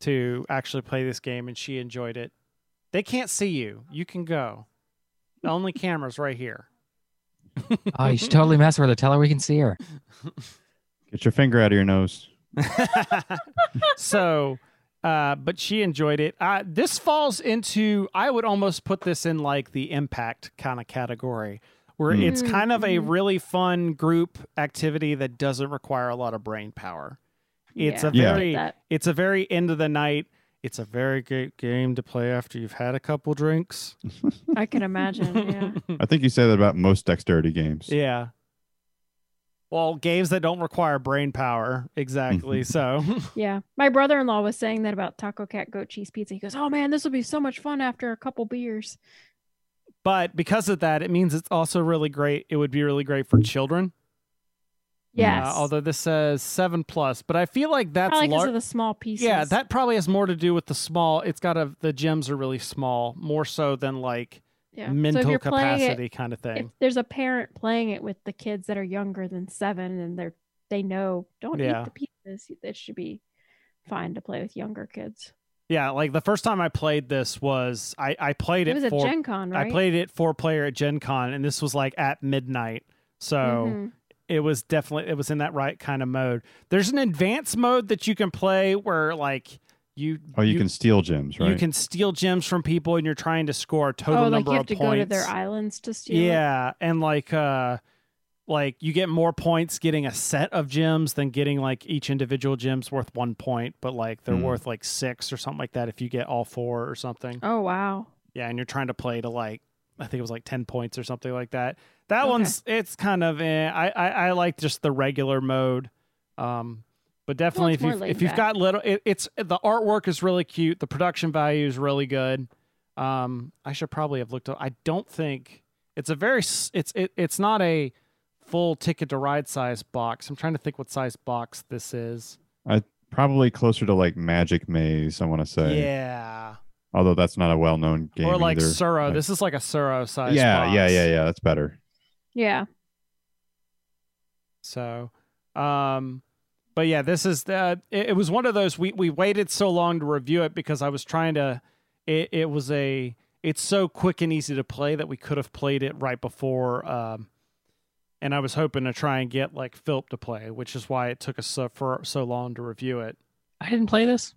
Speaker 1: to actually play this game and she enjoyed it. They can't see you. You can go. The only camera's right here.
Speaker 4: Oh, you should totally mess with her. Tell her we can see her.
Speaker 5: get your finger out of your nose.
Speaker 1: (laughs) so uh but she enjoyed it uh this falls into i would almost put this in like the impact kind of category where
Speaker 5: Mm.
Speaker 1: it's kind of a
Speaker 3: Mhm.
Speaker 1: really fun group activity that doesn't require a lot of brain power it's
Speaker 3: Yeah,
Speaker 1: a
Speaker 3: I get
Speaker 1: very
Speaker 3: that.
Speaker 1: (laughs) it's a very end of the night it's a very great game to play after you've had a couple drinks
Speaker 3: I can imagine.
Speaker 1: (laughs)
Speaker 3: Yeah.
Speaker 5: I think you say that about most dexterity games.
Speaker 1: yeah well games that don't require brain power exactly so (laughs)
Speaker 3: Yeah. My brother in law was saying that about Taco Cat goat cheese pizza. He goes, Oh man, this will be so much fun after a couple beers.
Speaker 1: But because of that, it means it's also really great. It would be really great for children.
Speaker 3: Yes.
Speaker 1: Uh, although this says seven plus, but I feel like that's
Speaker 3: Probably because
Speaker 1: lar-
Speaker 3: of the small pieces.
Speaker 1: yeah, that probably has more to do with the small. It's got a the gems are really small, more so than like
Speaker 3: yeah.
Speaker 1: mental
Speaker 3: so if you're Playing
Speaker 1: capacity
Speaker 3: it,
Speaker 1: kind of
Speaker 3: if
Speaker 1: thing.
Speaker 3: there's a parent playing it with the kids that are younger than seven and they're they know don't
Speaker 1: Yeah.
Speaker 3: eat the pizzas, it should be fine to play with younger kids.
Speaker 1: yeah, like the first time I played this was I I played
Speaker 3: It,
Speaker 1: it,
Speaker 3: was at
Speaker 1: for
Speaker 3: Gen Con, right?
Speaker 1: I played it four player at Gen Con, and this was like at midnight. So.
Speaker 3: Mhm.
Speaker 1: it was definitely it was in that right kind of mode. There's an advanced mode that you can play where like you
Speaker 5: Oh, you, can steal gems, right?
Speaker 1: you can steal gems from people and you're trying to score a total
Speaker 3: Oh, like
Speaker 1: number
Speaker 3: you have
Speaker 1: of
Speaker 3: to
Speaker 1: points.
Speaker 3: go to their islands to steal. it?
Speaker 1: yeah, and like uh like you get more points getting a set of gems than getting like each individual gem's worth 1 point, but like they're
Speaker 5: Hmm.
Speaker 1: worth like 6 or something like that if you get all 4 or something.
Speaker 3: Oh wow.
Speaker 1: Yeah, and you're trying to play to like I think it was like ten points or something like that. That
Speaker 3: Okay.
Speaker 1: one's it's kind of eh, I, I I like just the regular mode, um, but definitely
Speaker 3: it's more
Speaker 1: if you
Speaker 3: laid
Speaker 1: if you've
Speaker 3: back.
Speaker 1: got little it, it's the artwork is really cute, the production value is really good. Um, I should probably have looked. up I don't think it's a very s- it's it, it's not a full ticket to ride size box. I'm trying to think what size box this is.
Speaker 5: Probably closer to like Magic Maze, I want to say.
Speaker 1: yeah,
Speaker 5: Although that's not a well-known game
Speaker 1: or like
Speaker 5: either.
Speaker 1: Suro.
Speaker 5: Like-
Speaker 1: this is like a Suro size.
Speaker 5: yeah,
Speaker 1: box.
Speaker 5: yeah, yeah, yeah. That's better.
Speaker 3: Yeah.
Speaker 1: So, um, but yeah, this is the. It, it was one of those we we waited so long to review it because I was trying to. it, it was a it's so quick and easy to play that we could have played it right before um and I was hoping to try and get like Philp to play, which is why it took us so for so long to review it.
Speaker 4: I didn't play this.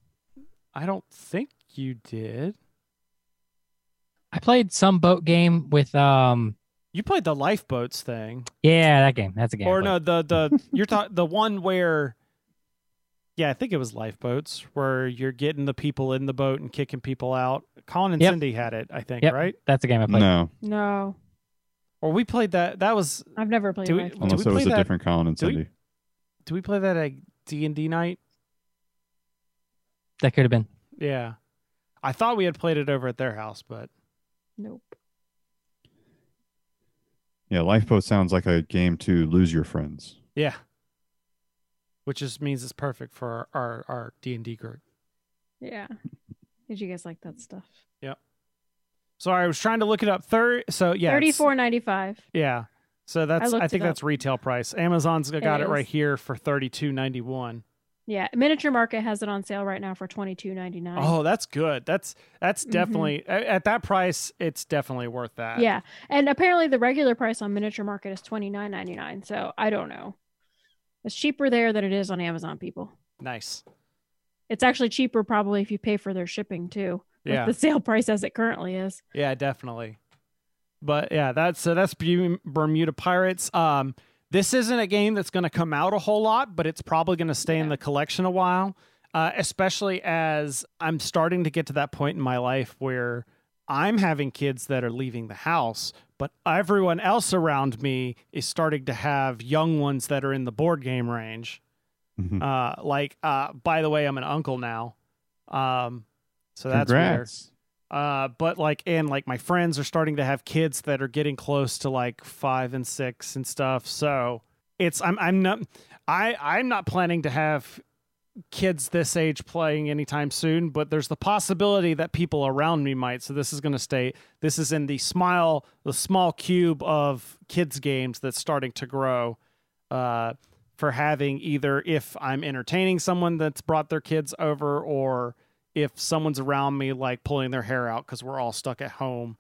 Speaker 1: I don't think you did.
Speaker 4: I played some boat game with um
Speaker 1: You played the lifeboats thing.
Speaker 4: yeah, that game. That's a game. I
Speaker 1: or
Speaker 4: played.
Speaker 1: no, the the (laughs) you're talking the one where yeah, I think it was lifeboats where you're getting the people in the boat and kicking people out. Colin and
Speaker 4: Yep.
Speaker 1: Cindy had it, I think,
Speaker 4: Yep.
Speaker 1: right?
Speaker 4: That's a game I played.
Speaker 5: No,
Speaker 3: No,
Speaker 1: Or we played that. That was
Speaker 3: I've never played.
Speaker 1: Do
Speaker 3: Do
Speaker 1: we- Did
Speaker 5: unless it
Speaker 1: play
Speaker 5: was a
Speaker 1: that-
Speaker 5: different Colin and
Speaker 1: did we-
Speaker 5: Cindy.
Speaker 1: do we play that at D and D night?
Speaker 4: That could have been.
Speaker 1: Yeah, I thought we had played it over at their house, but
Speaker 3: Nope.
Speaker 5: Yeah, Lifeboat sounds like a game to lose your friends.
Speaker 1: yeah, which just means it's perfect for our our D and D group.
Speaker 3: Yeah. Did you guys like that stuff?
Speaker 1: So I was trying to look it up. Third, so yeah,
Speaker 3: Thirty
Speaker 1: it's-
Speaker 3: four ninety five.
Speaker 1: Yeah, so that's
Speaker 3: looked
Speaker 1: I think
Speaker 3: it up.
Speaker 1: that's retail price. Amazon's got it,
Speaker 3: is.
Speaker 1: right here for thirty two ninety one.
Speaker 3: Yeah, Miniature Market has it on sale right now for twenty two ninety nine.
Speaker 1: Oh, that's good. That's that's
Speaker 3: Mhm.
Speaker 1: definitely a- at that price. It's definitely worth that.
Speaker 3: Yeah, and apparently the regular price on Miniature Market is twenty nine ninety nine. So I don't know. It's cheaper there than it is on Amazon. People,
Speaker 1: nice.
Speaker 3: it's actually cheaper probably if you pay for their shipping too. with
Speaker 1: Yeah,
Speaker 3: the sale price as it currently is.
Speaker 1: Yeah, definitely. But yeah, that's so that's Bu- Bermuda Pirates. Um, this isn't a game that's going to come out a whole lot, but it's probably going to stay in
Speaker 3: Yeah.
Speaker 1: the collection a while. Uh, especially as I'm starting to get to that point in my life where I'm having kids that are leaving the house, but everyone else around me is starting to have young ones that are in the board game range. (laughs) Uh, like, uh, by the way, I'm an uncle now. Um, so that's weird
Speaker 5: Congrats.
Speaker 1: uh but like and like my friends are starting to have kids that are getting close to like five and six and stuff so it's i'm i'm not i i'm not planning to have kids this age playing anytime soon but there's the possibility that people around me might so this is going to stay this is in the smile the small cube of kids games that's starting to grow uh for having either if i'm entertaining someone that's brought their kids over or if someone's around me like pulling their hair out because we're all stuck at home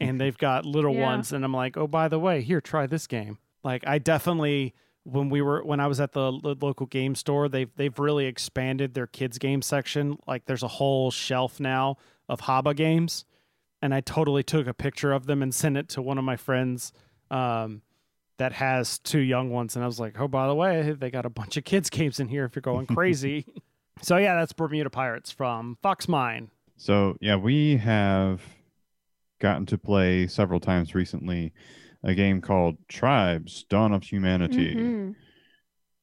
Speaker 1: and they've got little
Speaker 3: Yeah.
Speaker 1: ones and i'm like oh by the way here try this game like i definitely when we were when i was at the lo- local game store they've they've really expanded their kids game section like there's a whole shelf now of haba games and i totally took a picture of them and sent it to one of my friends um, that has two young ones and i was like oh by the way they got a bunch of kids games in here if you're going
Speaker 3: (laughs)
Speaker 1: crazy so yeah, that's Bermuda Pirates from Fox Mine.
Speaker 5: So yeah, we have gotten to play several times recently a game called Tribes: Dawn of Humanity.
Speaker 1: Mm-hmm.
Speaker 3: Mhm.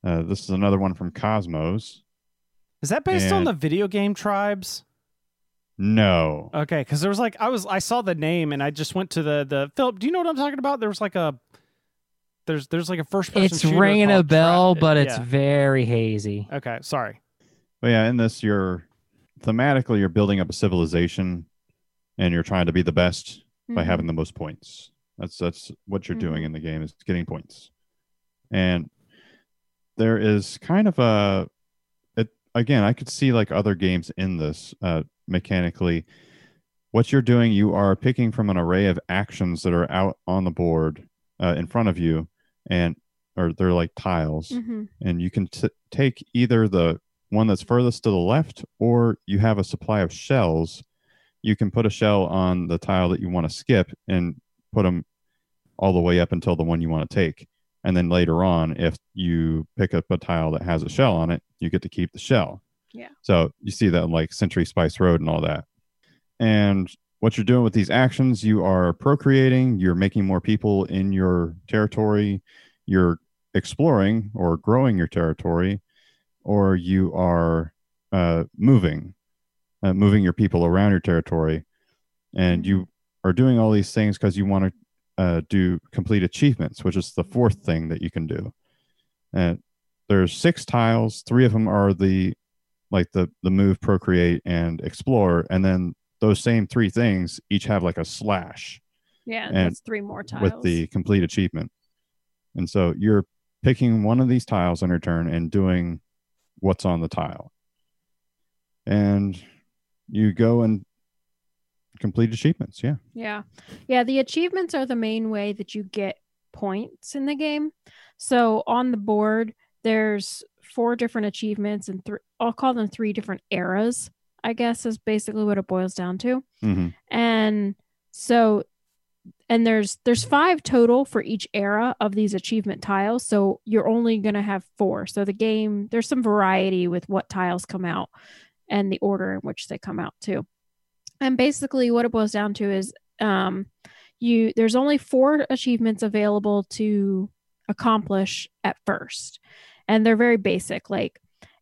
Speaker 5: Uh, this is another one from Cosmos.
Speaker 1: Is that based on
Speaker 5: And-
Speaker 1: the video game Tribes?
Speaker 5: No,
Speaker 1: Okay, because there was like I was I saw the name and I just went to the the Philip. Do you know what I'm talking about? There was like a there's there's like a first person.
Speaker 4: It's ringing a bell, but it's
Speaker 1: yeah. Uh,
Speaker 4: very hazy.
Speaker 1: okay. Sorry. (laughs)
Speaker 5: but yeah, in this you're thematically you're building up a civilization, and you're trying to be the best by
Speaker 3: Mhm.
Speaker 5: having the most points. That's that's what you're doing in the game is getting points. And there is kind of a it again, I could see like other games in this uh mechanically. What you're doing, you are picking from an array of actions that are out on the board uh, in front of you and or they're like tiles
Speaker 3: Mhm.
Speaker 5: and you can t- take either the one that's furthest to the left or you have a supply of shells you can put a shell on the tile that you want to skip and put them all the way up until the one you want to take and then later on if you pick up a tile that has a shell on it you get to keep the shell
Speaker 3: Yeah.
Speaker 5: so you see that in, like century spice road and all that and what you're doing with these actions you are procreating you're making more people in your territory you're exploring or growing your territory, or you are uh, moving, uh, moving your people around your territory, and you are doing all these things because you want to uh, do complete achievements, which is the fourth thing that you can do. And there's six tiles. Three of them are the like the the move, procreate, and explore, and then those same three things each have like a slash
Speaker 3: Mm-hmm. Yeah,
Speaker 5: And
Speaker 3: that's three more tiles.
Speaker 5: with the complete achievement. And so you're picking one of these tiles on your turn and doing what's on the tile. And you go and complete achievements. Yeah.
Speaker 3: Yeah. Yeah. The achievements are the main way that you get points in the game. So on the board, there's four different achievements and three, I'll call them three different eras, I guess, is basically what it boils down to.
Speaker 5: hmm
Speaker 3: And so, and there's there's five total for each era of these achievement tiles. So you're only gonna have four. So the game there's some variety with what tiles come out and the order in which they come out too. And basically, what it boils down to is um, you there's only four achievements available to accomplish at first, and they're very basic. Like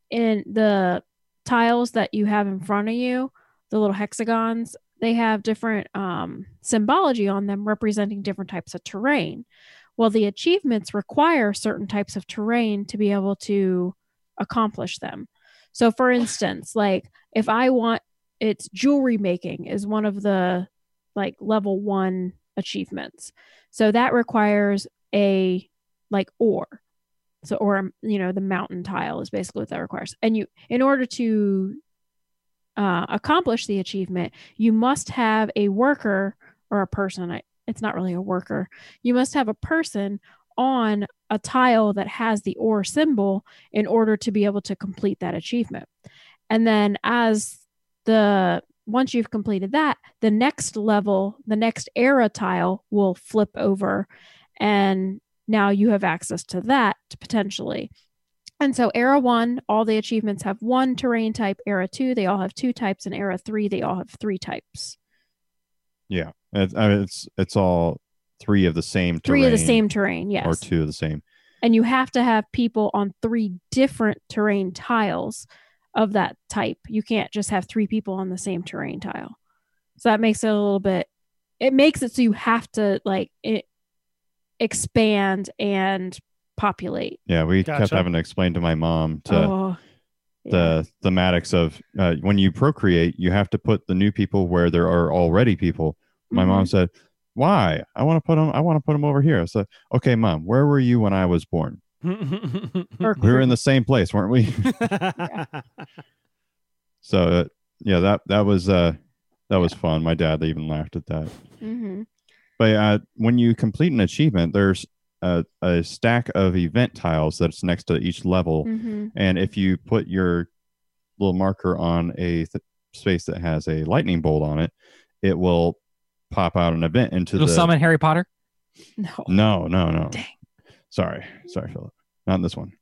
Speaker 3: in the tiles that you have in front of you, the little hexagons, they have different um, symbology on them representing different types of terrain. Well, the achievements require certain types of terrain to be able to accomplish them. So, for instance, like if I want it's jewelry making is one of the like level one achievements. So that requires a like ore. So or um, you know the mountain tile is basically what that requires. And you in order to uh, accomplish the achievement, you must have a worker or a person. I, it's not really a worker. You must have a person on a tile that has the ore symbol in order to be able to complete that achievement. And then as the once you've completed that, the next level, the next era tile will flip over and now you have access to that potentially. And so, era one, all the achievements have one terrain type. Era two, they all have two types. And era three, they all have three types.
Speaker 5: Yeah. It's, I mean, it's it's all three of the same.
Speaker 3: Three of the
Speaker 5: terrain
Speaker 3: same terrain, yes.
Speaker 5: Or two of the same.
Speaker 3: and you have to have people on three different terrain tiles of that type. You can't just have three people on the same terrain tile. So that makes it a little bit it makes it so you have to like it, expand and populate.
Speaker 5: Yeah. We kept
Speaker 1: Gotcha.
Speaker 5: having to explain to my mom to
Speaker 3: oh. yeah.
Speaker 5: the thematics of uh, when you procreate, you have to put the new people where there are already people. My
Speaker 3: Mhm.
Speaker 4: Mm-hmm.
Speaker 5: mom said, "Why? I want to put them. I want to put them over here." I said, "Okay, mom, where were you when I was born?
Speaker 3: Or
Speaker 5: We were
Speaker 4: Mm-hmm.
Speaker 5: in the same place, weren't we?" (laughs) so uh, yeah, that that was uh, that was fun. My dad even laughed at that.
Speaker 3: Mhm.
Speaker 5: But uh, when you complete an achievement, there's a, a stack of event tiles that's next to each level,
Speaker 4: Mm-hmm.
Speaker 3: Mhm.
Speaker 5: and if you put your little marker on a th- space that has a lightning bolt on it, it will pop out an event into
Speaker 4: It'll
Speaker 5: the.
Speaker 4: summon Harry Potter.
Speaker 3: No.
Speaker 5: no, no, no.
Speaker 4: Dang.
Speaker 5: Sorry, sorry, Philip. Not in this one.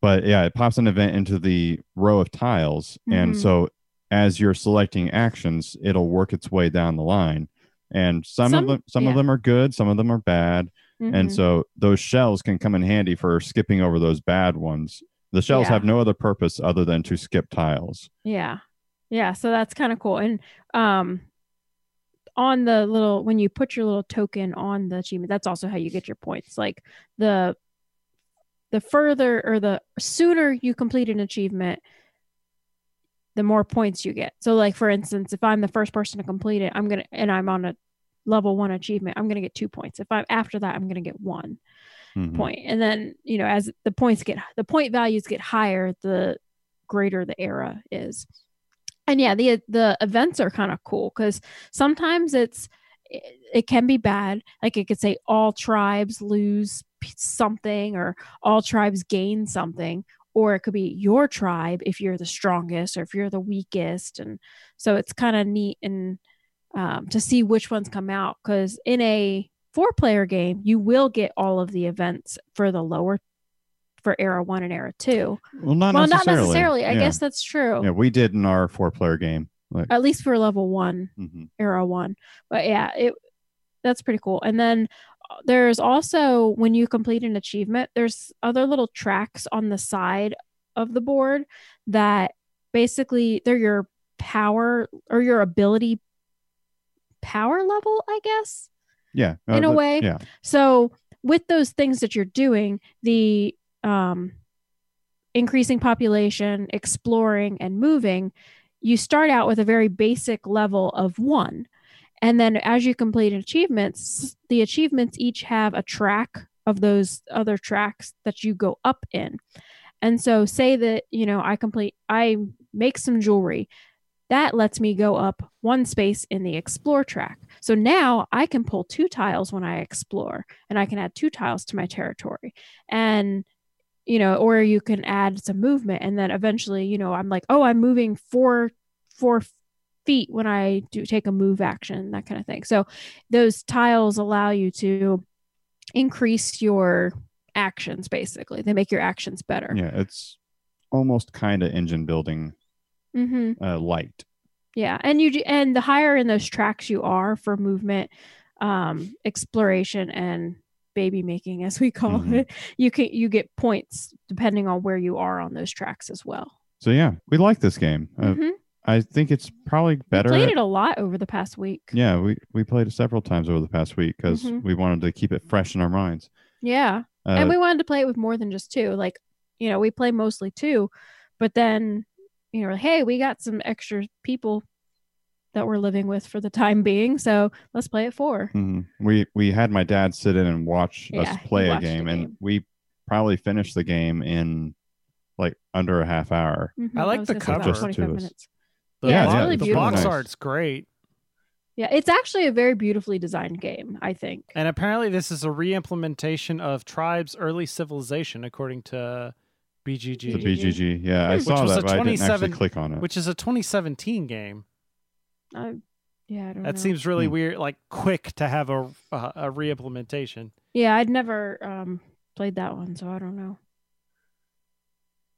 Speaker 5: But yeah, it pops an event into the row of tiles, and
Speaker 3: Mhm.
Speaker 5: so as you're selecting actions, it'll work its way down the line. And some,
Speaker 3: Some-
Speaker 5: of them, some of
Speaker 3: yeah.
Speaker 5: them are good, some of them are bad, and
Speaker 3: Mhm.
Speaker 5: so those shells can come in handy for skipping over those bad ones. The shells
Speaker 3: Yeah.
Speaker 5: have no other purpose other than to skip tiles.
Speaker 3: Yeah. Yeah. So that's kind of cool. And um on the little when you put your little token on the achievement, that's also how you get your points. Like the the further or the sooner you complete an achievement, the more points you get. So like for instance, if I'm the first person to complete it, I'm gonna and I'm on a level one achievement, I'm gonna get two points. If I'm after that, I'm gonna get one
Speaker 5: Mhm.
Speaker 3: point. and then you know as the points get the point values get higher the greater the era is and yeah the the events are kind of cool because sometimes it's it, it can be bad like it could say all tribes lose p- something or all tribes gain something or it could be your tribe if you're the strongest or if you're the weakest and so it's kind of neat and um, to see which ones come out because in a four player game you will get all of the events for the lower for era one and era two
Speaker 5: Well, not
Speaker 3: well
Speaker 5: necessarily.
Speaker 3: not necessarily i
Speaker 5: Yeah.
Speaker 3: guess that's true
Speaker 5: Yeah, we did in our four-player game. Like,
Speaker 3: at least for level one
Speaker 5: mhm.
Speaker 3: era one but yeah it that's pretty cool and then uh, there's also when you complete an achievement there's other little tracks on the side of the board that basically they're your power or your ability power level i guess
Speaker 5: yeah,
Speaker 3: in a
Speaker 5: uh,
Speaker 3: way.
Speaker 5: Yeah,
Speaker 3: So with those things that you're doing, the um, increasing population, exploring, and moving, you start out with a very basic level of one. And then as you complete achievements, the achievements each have a track of those other tracks that you go up in. And so say that, you know, I complete I make some jewelry. That lets me go up one space in the explore track. So now I can pull two tiles when I explore and I can add two tiles to my territory. And you know, or you can add some movement and then eventually, you know, I'm like, "Oh, I'm moving 4 4 feet when I do take a move action, that kind of thing." So those tiles allow you to increase your actions basically. They make your actions better.
Speaker 5: Yeah, it's almost kind of engine building
Speaker 3: Mhm.
Speaker 5: uh, light.
Speaker 3: Yeah, and you d- and the higher in those tracks you are for movement, um, exploration, and baby making, as we call
Speaker 5: Mhm.
Speaker 3: it, you can you get points depending on where you are on those tracks as well.
Speaker 5: So yeah, we like this game. Uh,
Speaker 3: Mhm.
Speaker 5: I think it's probably better.
Speaker 3: Played
Speaker 5: at-
Speaker 3: it a lot over the past week.
Speaker 5: yeah, we we played it several times over the past week because
Speaker 3: Mhm.
Speaker 5: we wanted to keep it fresh in our minds.
Speaker 3: Yeah,
Speaker 5: Uh,
Speaker 3: and we wanted to play it with more than just two. Like, you know, we play mostly two, but then you know, hey, we got some extra people that we're living with for the time being, so let's play it four.
Speaker 5: mhm. We we had my dad sit in and watch
Speaker 3: Yeah,
Speaker 5: us
Speaker 3: he
Speaker 5: play a
Speaker 3: watched the
Speaker 5: game,
Speaker 3: game.
Speaker 5: and we probably finished the game in like under a half hour.
Speaker 3: Mhm,
Speaker 1: I like
Speaker 3: was
Speaker 1: the
Speaker 3: gonna say about
Speaker 1: cover.
Speaker 5: Just
Speaker 3: 25
Speaker 5: to us.
Speaker 3: minutes.
Speaker 1: The
Speaker 3: Yeah, it's
Speaker 1: box,
Speaker 3: really
Speaker 1: the box
Speaker 5: beautiful.
Speaker 1: art's great.
Speaker 3: Yeah, it's actually a very beautifully designed game, I think.
Speaker 1: And apparently, this is a re-implementation of Tribe's early civilization, according to
Speaker 5: The
Speaker 1: BGG,
Speaker 3: BG.
Speaker 5: BGG, yeah, I
Speaker 1: Hmm. Which
Speaker 5: saw
Speaker 1: was a
Speaker 5: that, but I didn't
Speaker 1: 27
Speaker 5: actually click on it.
Speaker 1: which is a 2017 game.
Speaker 3: I- yeah, I don't
Speaker 1: That
Speaker 3: know.
Speaker 1: seems really
Speaker 5: Hmm.
Speaker 1: weird, like quick to have a uh, a re-implementation.
Speaker 3: Yeah, I'd never um played that one, so I don't know.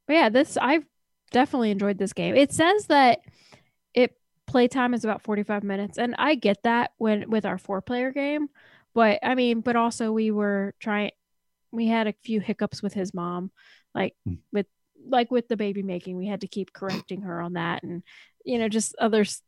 Speaker 3: But yeah, this I've definitely enjoyed this game. It says that it playtime is about 45 minutes, and I get that when with our four player game, but I mean, but also we were trying we had a few hiccups with his mom, like
Speaker 5: Hmm.
Speaker 3: with like with the baby making, we had to keep correcting her on that and you know, just others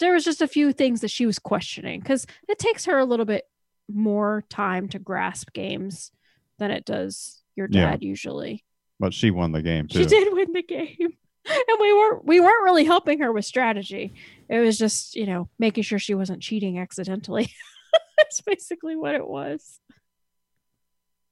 Speaker 3: there was just a few things that she was questioning because it takes her a little bit more time to grasp games than it does your
Speaker 5: Yeah.
Speaker 3: dad usually.
Speaker 5: but she won the game too.
Speaker 3: She did win the game. (laughs) And we weren't we weren't really helping her with strategy. It was just, you know, making sure she wasn't cheating accidentally. (laughs) That's basically what it was.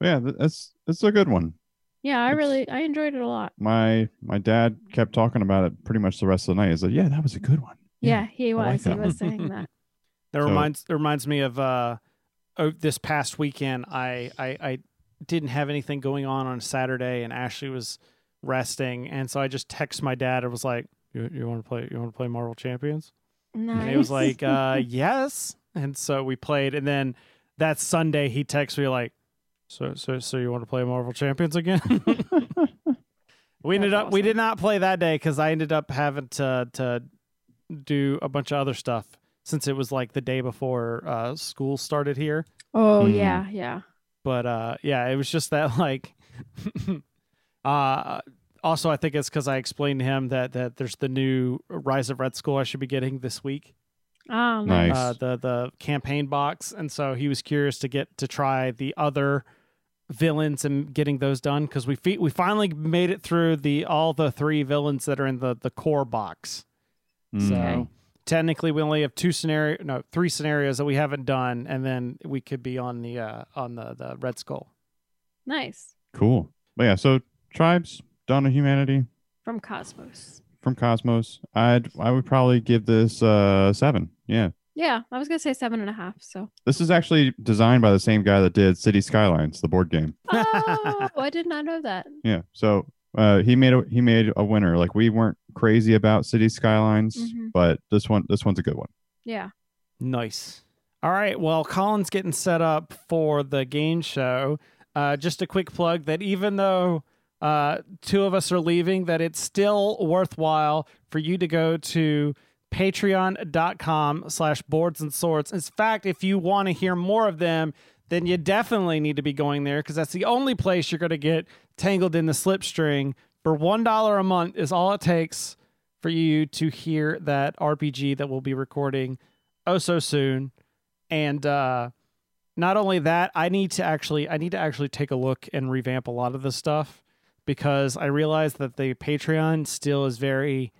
Speaker 5: Yeah, th- that's that's a good one.
Speaker 3: Yeah, I
Speaker 5: It's-
Speaker 3: really I enjoyed it a lot.
Speaker 5: My my dad kept talking about it pretty much the rest of the night. He's like, "Yeah, that was a good one."
Speaker 3: Yeah, he
Speaker 5: like
Speaker 3: was.
Speaker 5: that
Speaker 3: he
Speaker 5: one.
Speaker 3: was saying that.
Speaker 1: That
Speaker 5: So-
Speaker 1: reminds it reminds me of uh, oh, this past weekend. I, I I didn't have anything going on on Saturday, and Ashley was resting, and so I just texted my dad. and was like, "You, you want to play? You want to play Marvel Champions?" And he was
Speaker 3: Nice.
Speaker 1: like, uh, "Yes." And so we played, and then that Sunday he texted me like, "So so so you want to play Marvel Champions again?" (laughs) we ended
Speaker 3: That's
Speaker 1: up we
Speaker 3: awesome.
Speaker 1: did not play that day because I ended up having to to do a bunch of other stuff since it was like the day before uh, school started here.
Speaker 3: Oh
Speaker 5: Mm.
Speaker 3: yeah, yeah.
Speaker 1: But uh, yeah, it was just that (laughs) like. uh, also, I think it's because I explained to him that that there's the new Rise of Red Skull I should be getting this week
Speaker 3: Oh
Speaker 5: Nice.
Speaker 1: uh, the the campaign box, and so he was curious to get to try the other villains and getting those done because we fe- we finally made it through the all the three villains that are in the the core box.
Speaker 5: Mm.
Speaker 1: So technically, we only have two scenario, no, three scenarios that we haven't done, and then we could be on the uh, on the the Red Skull.
Speaker 3: Nice.
Speaker 5: Cool. But yeah, so tribes, Dawn of Humanity
Speaker 3: From Cosmos.
Speaker 5: from Cosmos. I'd I would probably give this uh seven. Yeah.
Speaker 3: Yeah, I was gonna say seven and a half. So
Speaker 5: This is actually designed by the same guy that did City Skylines, the board game.
Speaker 3: oh, I did not know that.
Speaker 5: Yeah. So uh, he made a he made a winner. Like we weren't crazy about City Skylines,
Speaker 1: Mm-hmm.
Speaker 3: Mhm.
Speaker 5: but this one this one's a good one.
Speaker 3: Yeah.
Speaker 1: Nice. All right. Well, Colin's getting set up for the game show. Uh, just a quick plug that even though uh, two of us are leaving, that it's still worthwhile for you to go to patreon.com slash boards and swords. In fact, if you want to hear more of them, then you definitely need to be going there because that's the only place you're going to get tangled in the slip string. For $1 a month is all it takes for you to hear that RPG that we'll be recording oh so soon and uh not only that i need to actually i need to actually take a look and revamp a lot of this stuff because i realize that the patreon still is very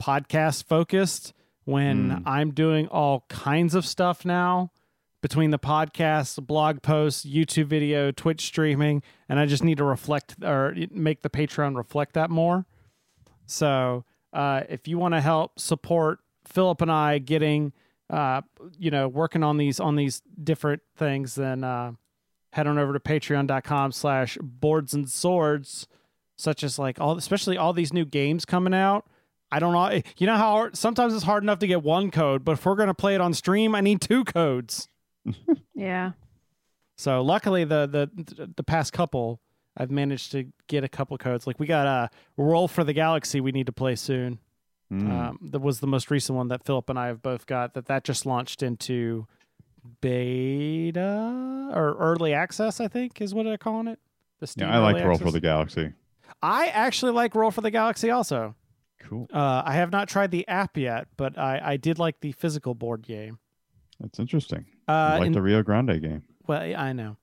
Speaker 1: podcast focused when
Speaker 5: Mm.
Speaker 1: i'm doing all kinds of stuff now between the podcast blog posts youtube video twitch streaming and i just need to reflect or make the patreon reflect that more so Uh, if you want to help support Philip and I getting, uh, you know, working on these on these different things, then uh, head on over to patreon.com slash boards and swords, such as like all, especially all these new games coming out. I don't know. eh, You know how hard- sometimes it's hard enough to get one code, but if we're going to play it on stream, I need two codes.
Speaker 3: Yeah.
Speaker 1: So luckily, the the the past couple, I've managed to get a couple codes. Like we got a roll for the galaxy we need to play soon.
Speaker 5: Mm.
Speaker 1: Um, that was the most recent one that Philip and I have both got. That that just launched into beta or early access. I think is what they're calling it. The Steam
Speaker 5: yeah, I like
Speaker 1: early
Speaker 5: Roll for
Speaker 1: access.
Speaker 5: the Galaxy.
Speaker 1: I actually like Roll for the Galaxy also.
Speaker 5: Cool.
Speaker 1: Uh, I have not tried the app yet, but I, I did like the physical board game.
Speaker 5: That's interesting. I
Speaker 1: Uh,
Speaker 5: like
Speaker 1: in-
Speaker 5: the Rio Grande game.
Speaker 1: well, I know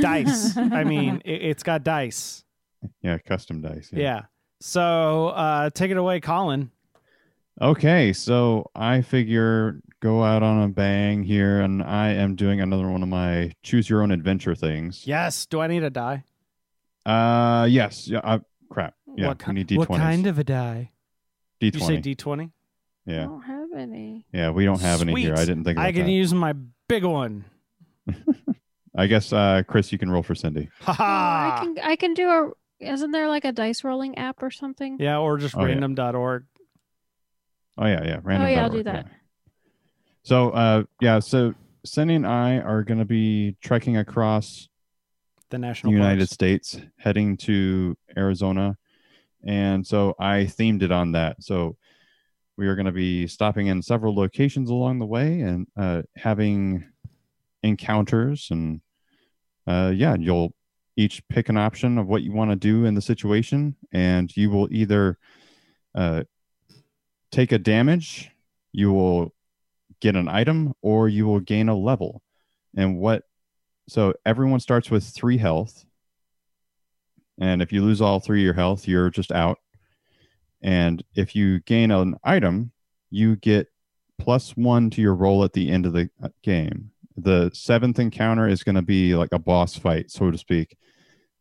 Speaker 1: dice. I
Speaker 5: (laughs)
Speaker 1: mean, it, it's got dice.
Speaker 5: Yeah, custom dice.
Speaker 1: Yeah. So uh, take it away, Colin.
Speaker 5: Okay, so I figure go out on a bang here, and I am doing another one of my choose your own adventure things.
Speaker 1: Yes. Do I need a die?
Speaker 5: Uh, yes. Yeah. Uh, crap. Yeah.
Speaker 1: what, ki-
Speaker 5: we need D20s.
Speaker 1: what kind of a die?
Speaker 5: D20.
Speaker 1: You say D20?
Speaker 3: (laughs) I
Speaker 5: yeah.
Speaker 3: don't have any.
Speaker 5: Yeah. We don't have any here.
Speaker 1: Sweet.
Speaker 5: I didn't think about
Speaker 1: I can e-,
Speaker 5: that.
Speaker 1: use my big one.
Speaker 5: I guess, uh, Chris, you can roll for Cindy.
Speaker 1: Ha
Speaker 3: Oh,
Speaker 5: (laughs)
Speaker 3: I
Speaker 1: ha.
Speaker 3: can I can do a isn't there like a dice rolling app or something?
Speaker 1: Yeah, or just
Speaker 5: Oh, yeah.
Speaker 1: random.org.
Speaker 5: Oh, yeah. Yeah. Random.
Speaker 3: yeah, I'll do that.
Speaker 5: So, uh, yeah. So, Cindy and I are going to be trekking across
Speaker 1: The
Speaker 5: the
Speaker 1: National
Speaker 5: United
Speaker 1: Parks.
Speaker 5: States, heading to Arizona. And so I themed it on that. So we are going to be stopping in several locations along the way and uh, having encounters. And uh, yeah, you'll each pick an option of what you want to do in the situation. And you will either uh, take a damage, you will get an item, or you will gain a level. And what so everyone starts with three health. And if you lose all three of your health, you're just out. And if you gain an item, you get plus one to your roll at the end of the uh, game. The seventh encounter is going to be like a boss fight, so to speak.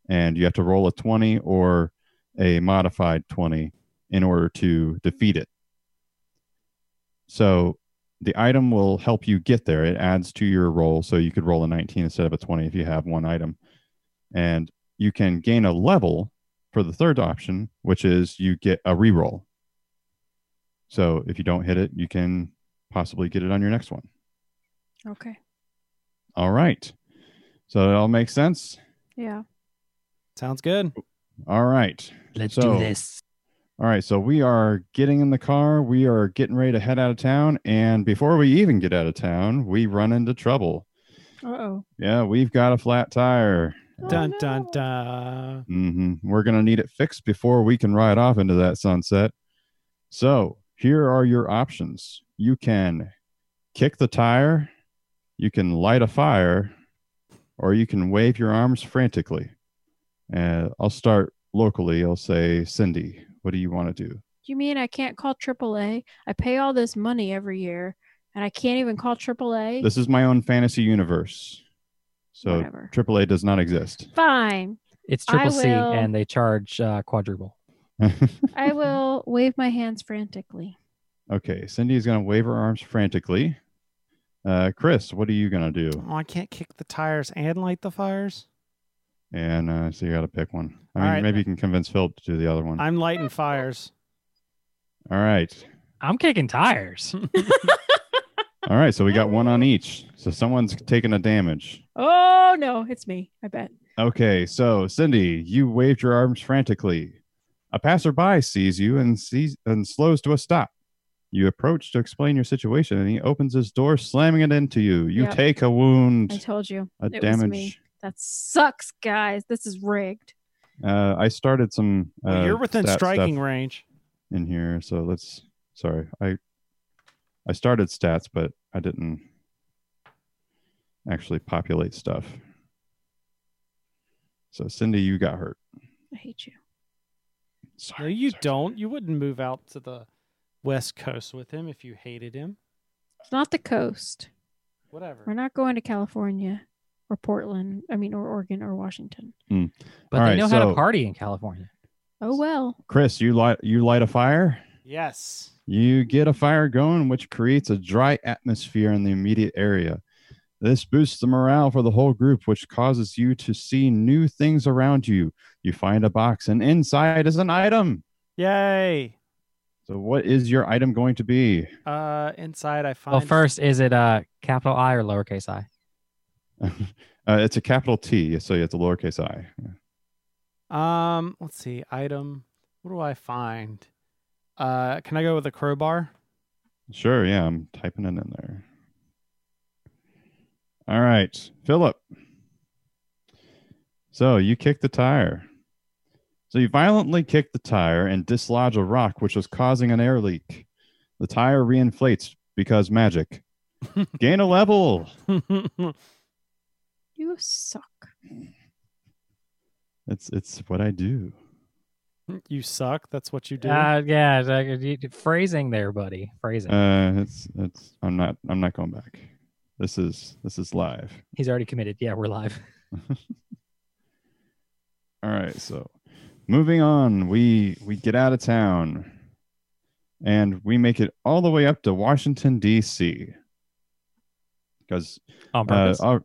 Speaker 5: And you have to roll a 20 or a modified 20 in order to defeat it. So the item will help you get there. It adds to your roll, so you could roll a 19 instead of a 20 if you have one item. And you can gain a level for the third option, which is you get a reroll. So if you don't hit it, you can possibly get it on your next one.
Speaker 3: Okay.
Speaker 5: All right. So it all makes sense.
Speaker 3: Yeah.
Speaker 1: Sounds good.
Speaker 3: Oh,
Speaker 5: All right.
Speaker 4: Let's
Speaker 5: So-
Speaker 4: do this.
Speaker 5: All right. So we are getting in the car. We are getting ready to head out of town. And before we even get out of town, we run into trouble.
Speaker 3: Uh oh.
Speaker 5: Yeah, we've got a flat tire.
Speaker 1: Dun, dun, dun.
Speaker 5: hmm We're going to need it fixed before we can ride off into that sunset. So here are your options you can kick the tire, you can light a fire, or you can wave your arms frantically. Uh, I'll start locally. I'll say, Cindy, what do you want to do?
Speaker 3: You mean I can't call AAA? I pay all this money every year and I can't even call AAA?
Speaker 5: This is my own fantasy universe. So
Speaker 3: Whatever.
Speaker 5: AAA does not exist. (laughs)
Speaker 3: Fine.
Speaker 4: It's
Speaker 3: I
Speaker 4: triple C,
Speaker 3: will-
Speaker 4: and they charge uh, quadruple.
Speaker 3: I will (laughs) wave my hands frantically.
Speaker 5: okay, Cindy's going to wave her arms frantically. Uh, Chris, what are you going to do?
Speaker 1: Oh, I can't kick the tires and light the fires.
Speaker 5: And uh, so you got to pick one. I
Speaker 1: All
Speaker 5: mean,
Speaker 1: right.
Speaker 5: maybe you can convince Philip to do the other one.
Speaker 1: I'm lighting fires.
Speaker 5: All right.
Speaker 4: I'm
Speaker 1: (laughs)
Speaker 4: kicking tires.
Speaker 5: All right. So we got one on each. So someone's taking a damage.
Speaker 3: Oh no, it's me. I bet.
Speaker 5: Okay. So Cindy, you waved your arms frantically. A passerby sees you and sees and slows to a stop. You approach to explain your situation, and he opens his door, slamming it into you. You
Speaker 3: Yep.
Speaker 5: take a
Speaker 3: I
Speaker 5: wound,
Speaker 3: told you.
Speaker 5: a
Speaker 3: it was me.
Speaker 5: damage.
Speaker 3: That sucks, guys. This is rigged.
Speaker 5: Uh, I started some. Uh,
Speaker 1: Well, you're within
Speaker 5: stat stuff
Speaker 1: striking range.
Speaker 5: in here, so let's. Sorry, I I started stats, but I didn't actually populate stuff. So Cindy, you got hurt.
Speaker 3: I hate you.
Speaker 1: No,
Speaker 5: Sorry,
Speaker 1: you
Speaker 5: sorry.
Speaker 1: don't. You wouldn't move out to the West Coast with him if you hated him.
Speaker 3: It's not the coast. We're
Speaker 1: Whatever.
Speaker 3: not going to California or Portland. I mean, or Oregon or Washington.
Speaker 4: But
Speaker 5: All
Speaker 4: they
Speaker 5: right,
Speaker 4: know how
Speaker 5: so-
Speaker 4: to party in California.
Speaker 3: Oh well.
Speaker 5: Chris, you light you light a fire.
Speaker 1: Yes.
Speaker 5: You get a fire going, which creates a dry atmosphere in the immediate area. This boosts the morale for the whole group, which causes you to see new things around you. You find a box, and inside is an item.
Speaker 1: Yay.
Speaker 5: So, what is your item going to be?
Speaker 1: Uh, inside I find.
Speaker 4: Well, first, is it uh capital I or lowercase i?
Speaker 5: (laughs) uh, it's a capital T, so it's a lowercase i.
Speaker 1: Um, let's see. Item. What do I find? Uh, can I go with a crowbar?
Speaker 5: Sure, yeah, I'm typing it in there. All right, Philip. So you kick the tire. So you violently kick the tire and dislodge a rock, which is causing an air leak. The tire reinflates because magic. Gain a level.
Speaker 3: You suck.
Speaker 5: It's it's what I do.
Speaker 1: (laughs) you suck. That's what you do.
Speaker 4: Uh, yeah, it's like, you- you- phrasing there, buddy. Phrasing.
Speaker 5: Uh, it's it's I'm not I'm not going back. This is this is live.
Speaker 4: He's already committed. Yeah, we're live. (laughs)
Speaker 5: All right, so moving on, we we get out of town, and we make it all the way up to Washington D.C. Because
Speaker 4: On
Speaker 5: uh,
Speaker 4: purpose.
Speaker 5: our-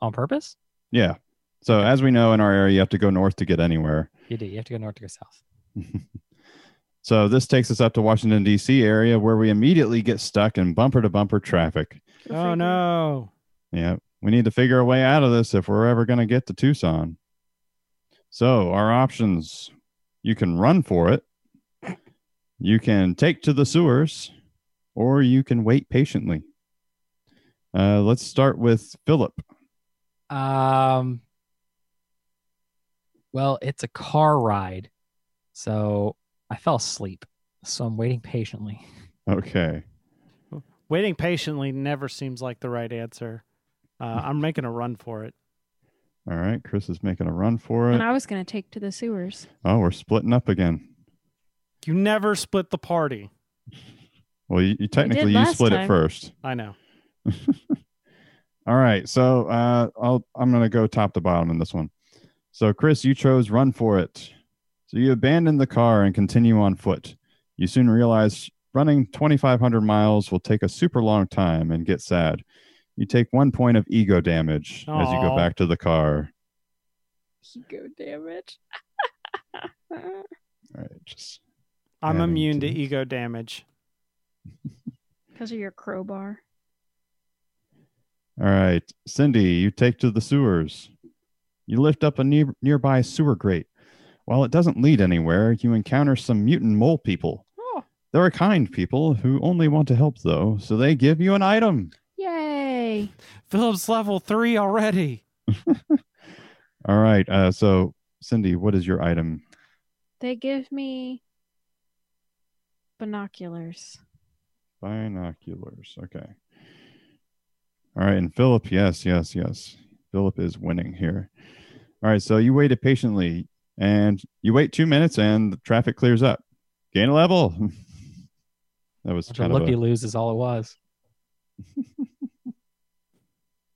Speaker 4: on purpose?
Speaker 5: yeah, so as we know in our area, you have to go north to get anywhere. (laughs)
Speaker 4: You do. You have to go north to go south.
Speaker 5: so this takes us up to Washington D.C. area, where we immediately get stuck in bumper to bumper traffic.
Speaker 3: Go
Speaker 1: oh
Speaker 3: figure.
Speaker 1: no.
Speaker 5: Yeah, we need to figure a way out of this if we're ever going to get to Tucson. So, our options you can run for it, you can take to the sewers, or you can wait patiently. Uh, let's start with Philip.
Speaker 4: Um. Well, it's a car ride, so I fell asleep. So I'm waiting patiently.
Speaker 5: Okay.
Speaker 1: Waiting patiently never seems like the right answer. Uh,
Speaker 3: Hmm.
Speaker 1: I'm making a run for it.
Speaker 5: All right. Chris is making a run for
Speaker 3: And
Speaker 5: it.
Speaker 3: I was gonna take to the sewers.
Speaker 5: Oh, we're splitting up again.
Speaker 1: You never split the party.
Speaker 5: Well, you, you technically you
Speaker 3: last
Speaker 5: split it
Speaker 3: time.
Speaker 5: first.
Speaker 1: I know.
Speaker 5: All right, so uh, I'll I'm gonna go top to bottom in this one. So Chris, you chose run for it. So you abandon the car and continue on foot. You soon realize running 2,500 miles will take a super long time and get sad. You take one point of ego damage as you
Speaker 1: Aw.
Speaker 5: go back to the car.
Speaker 3: (laughs) Go damn it. (laughs)
Speaker 5: All right, just
Speaker 1: I'm
Speaker 5: Adding
Speaker 1: immune
Speaker 5: to
Speaker 1: to
Speaker 5: it.
Speaker 1: ego damage.
Speaker 3: Because of your crowbar.
Speaker 5: all right, Cindy, you take to the sewers. You lift up a near, nearby sewer grate. While it doesn't lead anywhere, you encounter some mutant mole people.
Speaker 3: Oh.
Speaker 5: They're kind people who only want to help, though, so they give you an item.
Speaker 3: Yay.
Speaker 1: Phillips level three already.
Speaker 5: All right. Uh, so, Cindy, what is your item?
Speaker 3: They give me binoculars.
Speaker 5: Binoculars. Okay. All right. And Philip, yes, yes, yes. Philip is winning here. All right. So you waited patiently and you wait two minutes and the traffic clears up. Gain a level. (laughs) that was
Speaker 4: Which
Speaker 5: kind of
Speaker 4: looky
Speaker 5: a,
Speaker 4: lose is all it was.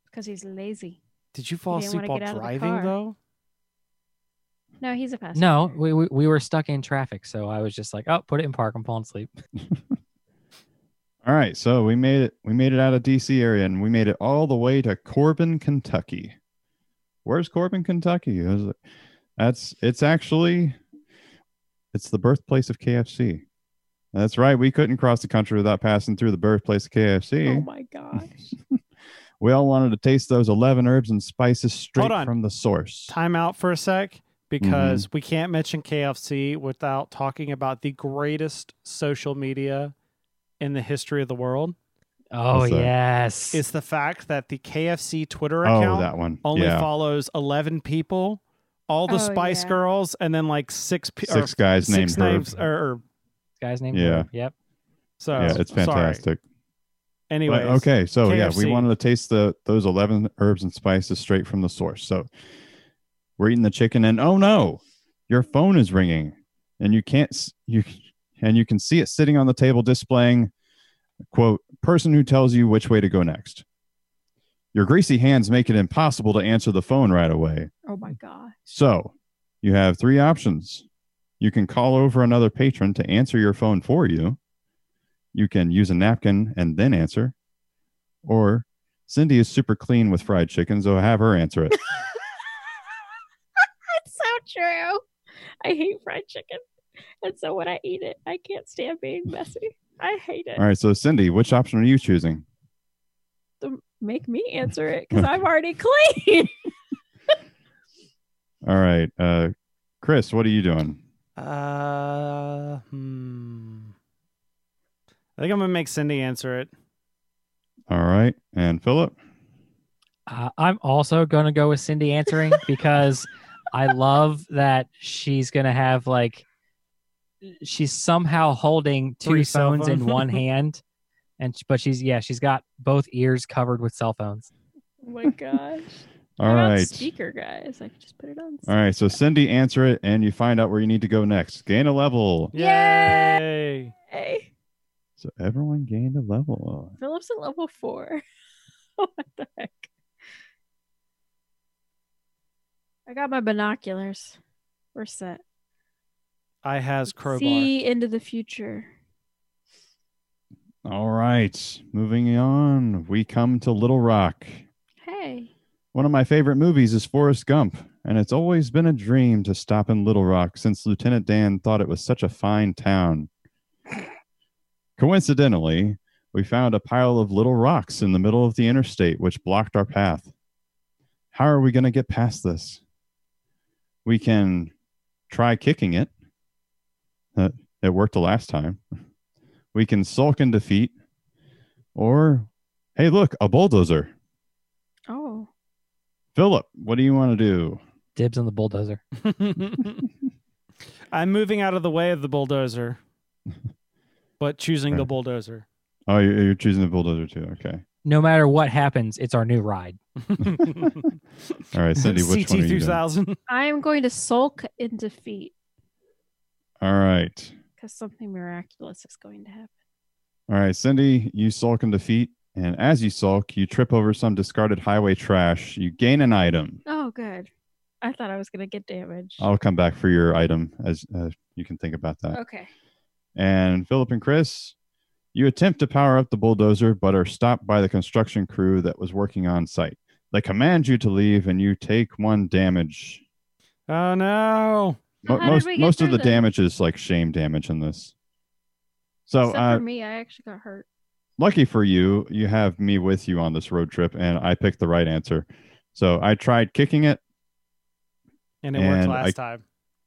Speaker 3: Because he's lazy.
Speaker 1: Did you fall
Speaker 3: He didn't wanna
Speaker 1: asleep while
Speaker 3: get out of the
Speaker 1: driving
Speaker 3: car.
Speaker 1: though?
Speaker 3: No, he's a passenger.
Speaker 4: No, we, we we were stuck in traffic, so I was just like, oh, put it in park. I'm falling asleep.
Speaker 5: All right, so we made it. We made it out of DC area, and we made it all the way to Corbin, Kentucky. Where's Corbin, Kentucky? Is it- That's it's actually it's the birthplace of KFC. That's right. We couldn't cross the country without passing through the birthplace of KFC.
Speaker 3: Oh my
Speaker 5: (laughs)
Speaker 3: gosh.
Speaker 5: we all wanted to taste those eleven herbs and spices straight
Speaker 1: Hold on.
Speaker 5: from the source.
Speaker 1: Time out for a sec because
Speaker 3: Mm-hmm.
Speaker 1: we can't mention KFC without talking about the greatest social media in the history of the world.
Speaker 4: Oh
Speaker 5: What's that?
Speaker 4: yes.
Speaker 1: It's the fact that the KFC Twitter
Speaker 5: Oh,
Speaker 1: account
Speaker 5: that one.
Speaker 1: only
Speaker 5: yeah,
Speaker 1: follows 11 people, all the
Speaker 3: Oh,
Speaker 1: Spice
Speaker 3: yeah.
Speaker 1: Girls, and then like six, pe-
Speaker 5: six
Speaker 1: or
Speaker 5: guys
Speaker 1: six
Speaker 5: named
Speaker 1: names.
Speaker 5: Herb.
Speaker 1: Or, or-
Speaker 4: guy's name.
Speaker 5: Yeah.
Speaker 4: Herb. Yep.
Speaker 1: so
Speaker 5: yeah, it's
Speaker 1: sorry.
Speaker 5: fantastic.
Speaker 1: Anyways,
Speaker 5: But, okay, so yeah, we
Speaker 1: KFC.
Speaker 5: wanted to taste the those eleven herbs and spices straight from the source. So we're eating the chicken, and oh no, your phone is ringing, and you can't s- you and you can see it sitting on the table displaying quote person who tells you which way to go next. Your greasy hands make it impossible to answer the phone right away.
Speaker 3: Oh my gosh.
Speaker 5: So you have three options. You can call over another patron to answer your phone for you. You can use a napkin and then answer. Or Cindy is super clean with fried chicken, so have her answer it.
Speaker 3: (laughs) That's so true. I hate fried chicken. And so when I eat it, I can't stand being messy. I hate it.
Speaker 5: All right, so Cindy, which option are you choosing?
Speaker 3: To Make me answer it because I'm already clean.
Speaker 5: All right, uh, Chris, what are you doing?
Speaker 1: Uh, hmm. I think I'm gonna make Cindy answer it.
Speaker 5: All right, and Philip.
Speaker 4: Uh, I'm also gonna go with
Speaker 1: (laughs)
Speaker 4: Cindy answering because I love that she's gonna have like she's somehow holding two
Speaker 1: Three cell
Speaker 4: phones in
Speaker 1: phone. (laughs)
Speaker 4: one hand, and sh- but she's yeah she's got both ears covered with cell phones.
Speaker 3: oh
Speaker 5: (laughs)
Speaker 3: my gosh.
Speaker 5: All right.
Speaker 3: Speaker guys. I could just put it on.
Speaker 5: All right, so Cindy, answer it, and you find out where you need to go next. Gain a level.
Speaker 3: Yay!
Speaker 1: Yay!
Speaker 3: Hey,
Speaker 5: So everyone gained a level.
Speaker 3: Phillips at level four. (laughs) what the heck? I got my binoculars. We're set.
Speaker 1: I has crowbar.
Speaker 3: See into the future.
Speaker 5: All right, moving on. We come to Little Rock.
Speaker 3: Hey.
Speaker 5: One of my favorite movies is Forrest Gump, and it's always been a dream to stop in Little Rock since Lieutenant Dan thought it was such a fine town. Coincidentally, we found a pile of little rocks in the middle of the interstate which blocked our path. How are we going to get past this? We can try kicking it. That it worked the last time. We can sulk in defeat or hey look, a bulldozer.
Speaker 3: Oh.
Speaker 5: Philip, what do you want to do?
Speaker 4: Dibs on the bulldozer.
Speaker 1: (laughs) I'm moving out of the way of the bulldozer, but choosing the
Speaker 5: Right.
Speaker 1: bulldozer.
Speaker 5: Oh, you're, you're choosing the bulldozer too. Okay.
Speaker 4: No matter what happens, it's our new ride.
Speaker 5: All
Speaker 1: (laughs)
Speaker 5: right, Cindy, which
Speaker 1: CT
Speaker 5: one are you doing?
Speaker 1: 3000.
Speaker 3: I am going to sulk in defeat
Speaker 5: All right.
Speaker 3: because something miraculous is going to happen.
Speaker 5: All right, Cindy, you sulk in defeat. And as you sulk, you trip over some discarded highway trash. You gain an item.
Speaker 3: Oh, good. I thought I was going to get damaged.
Speaker 5: I'll come back for your item as uh, you can think about that.
Speaker 3: Okay.
Speaker 5: And Philip and Chris, you attempt to power up the bulldozer, but are stopped by the construction crew that was working on site. They command you to leave, and you take one damage.
Speaker 1: Oh no.
Speaker 5: Mo-
Speaker 3: How did
Speaker 5: most
Speaker 3: we get
Speaker 5: most of
Speaker 3: through
Speaker 5: the
Speaker 3: this?
Speaker 5: damage is like shame damage in this. So
Speaker 3: Except
Speaker 5: uh,
Speaker 3: for me, I actually got hurt.
Speaker 5: lucky for you, you have me with you on this road trip, and I picked the right answer. So I tried kicking it.
Speaker 1: And it worked
Speaker 5: And
Speaker 1: last
Speaker 5: I-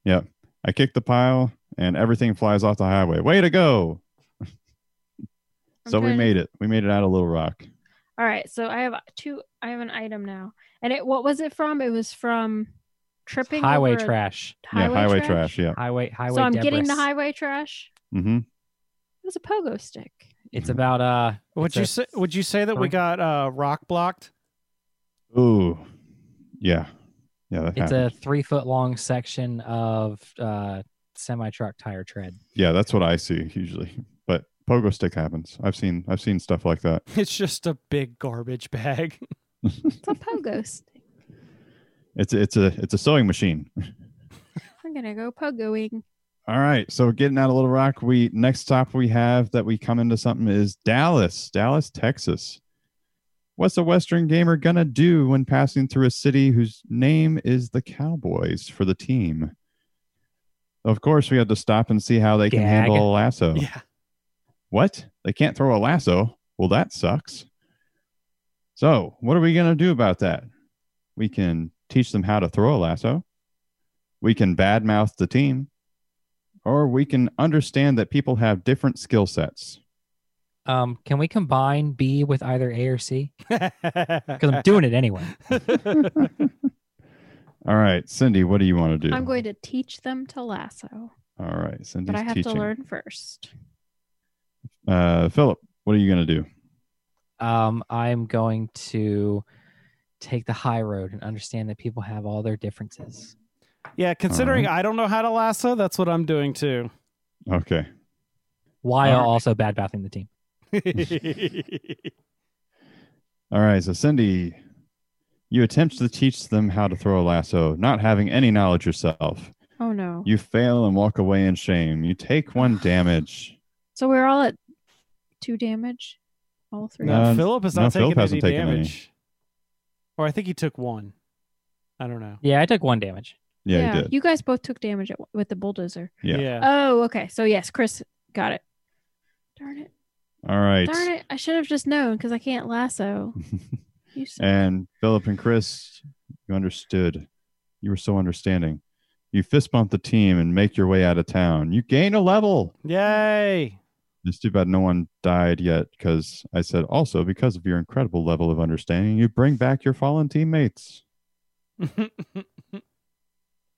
Speaker 1: time.
Speaker 5: I kicked the pile, and everything flies off the highway. Way to go!
Speaker 3: I'm
Speaker 5: so we
Speaker 3: trying to-
Speaker 5: made it. We made it out of Little Rock.
Speaker 3: All right, so I have two. I have an item now, and it. What was it from? It was from
Speaker 4: It's
Speaker 3: tripping
Speaker 4: highway
Speaker 3: over a-
Speaker 4: trash.
Speaker 5: yeah, highway trash. yeah.
Speaker 4: Highway highway.
Speaker 3: so I'm getting the
Speaker 4: debris.
Speaker 3: highway trash.
Speaker 5: Mm-hmm.
Speaker 3: It was a pogo stick.
Speaker 4: It's about uh.
Speaker 1: Would
Speaker 4: it's
Speaker 1: you
Speaker 4: a-
Speaker 1: say would you say that we
Speaker 4: Sorry.
Speaker 1: got uh rock blocked? (laughs)
Speaker 5: Ooh, yeah, yeah. That
Speaker 4: It's
Speaker 5: happened.
Speaker 4: a three foot long section of uh semi truck tire tread.
Speaker 5: yeah. That's what I see usually. But pogo stick happens. I've seen I've seen stuff like that. (laughs)
Speaker 1: It's just a big garbage bag. (laughs)
Speaker 3: It's a pogo (laughs) stick.
Speaker 5: It's it's a it's a sewing machine.
Speaker 3: I'm gonna go pogoing.
Speaker 5: All right. So getting out of Little Rock, we next stop we have that we come into something is Dallas, Dallas, Texas. What's a Western gamer gonna do when passing through a city whose name is the Cowboys for the team? Of course, we had to stop and see how they can
Speaker 4: Gag.
Speaker 5: handle a lasso.
Speaker 1: Yeah. (laughs)
Speaker 5: What? They can't throw a lasso? Well, that sucks. So, what are we going to do about that? We can teach them how to throw a lasso. We can badmouth the team. Or we can understand that people have different skill sets.
Speaker 4: Um, can we combine B with either A or C? Because
Speaker 1: Because
Speaker 4: I'm doing it anyway.
Speaker 5: All right, Cindy, what do you want to do?
Speaker 3: I'm going to teach them to lasso,
Speaker 5: All right, Cindy's
Speaker 3: but I have
Speaker 5: teaching.
Speaker 3: to learn first.
Speaker 5: Uh, Philip, what are you going to do?
Speaker 4: Um, I'm going to take the high road and understand that people have all their differences.
Speaker 1: (laughs) Yeah, considering
Speaker 5: Uh-huh.
Speaker 1: I don't know how to lasso, that's what I'm doing
Speaker 5: (laughs)
Speaker 1: too.
Speaker 5: Okay.
Speaker 4: While
Speaker 5: Alright.
Speaker 4: also bad mouthing the team.
Speaker 5: All right, so Cindy, you attempt to teach them how to throw a lasso, not having any knowledge yourself.
Speaker 3: Oh no.
Speaker 5: You fail and walk away in shame. You take
Speaker 3: (sighs)
Speaker 5: one damage.
Speaker 3: So we're all at two damage. All three.
Speaker 1: No,
Speaker 5: No,
Speaker 1: Philip has
Speaker 5: no,
Speaker 1: not
Speaker 5: Philip
Speaker 1: taken any
Speaker 5: hasn't taken any.
Speaker 1: damage. Or I think he took one. I don't know.
Speaker 4: Yeah, I took one damage.
Speaker 5: Yeah, you did.
Speaker 3: You guys both took damage at, with the bulldozer.
Speaker 5: Yeah.
Speaker 3: Oh, okay. So yes, Chris got it. Darn it.
Speaker 5: All right.
Speaker 3: Darn it. I should have just known because I can't lasso. You suck.
Speaker 5: And Philip and Chris, you understood. You were so understanding. You fist bump the team and make your way out of town. You gain a level.
Speaker 1: Yay. (laughs)
Speaker 5: It's too bad no one died yet because I said also because of your incredible level of understanding, you bring back your fallen teammates. I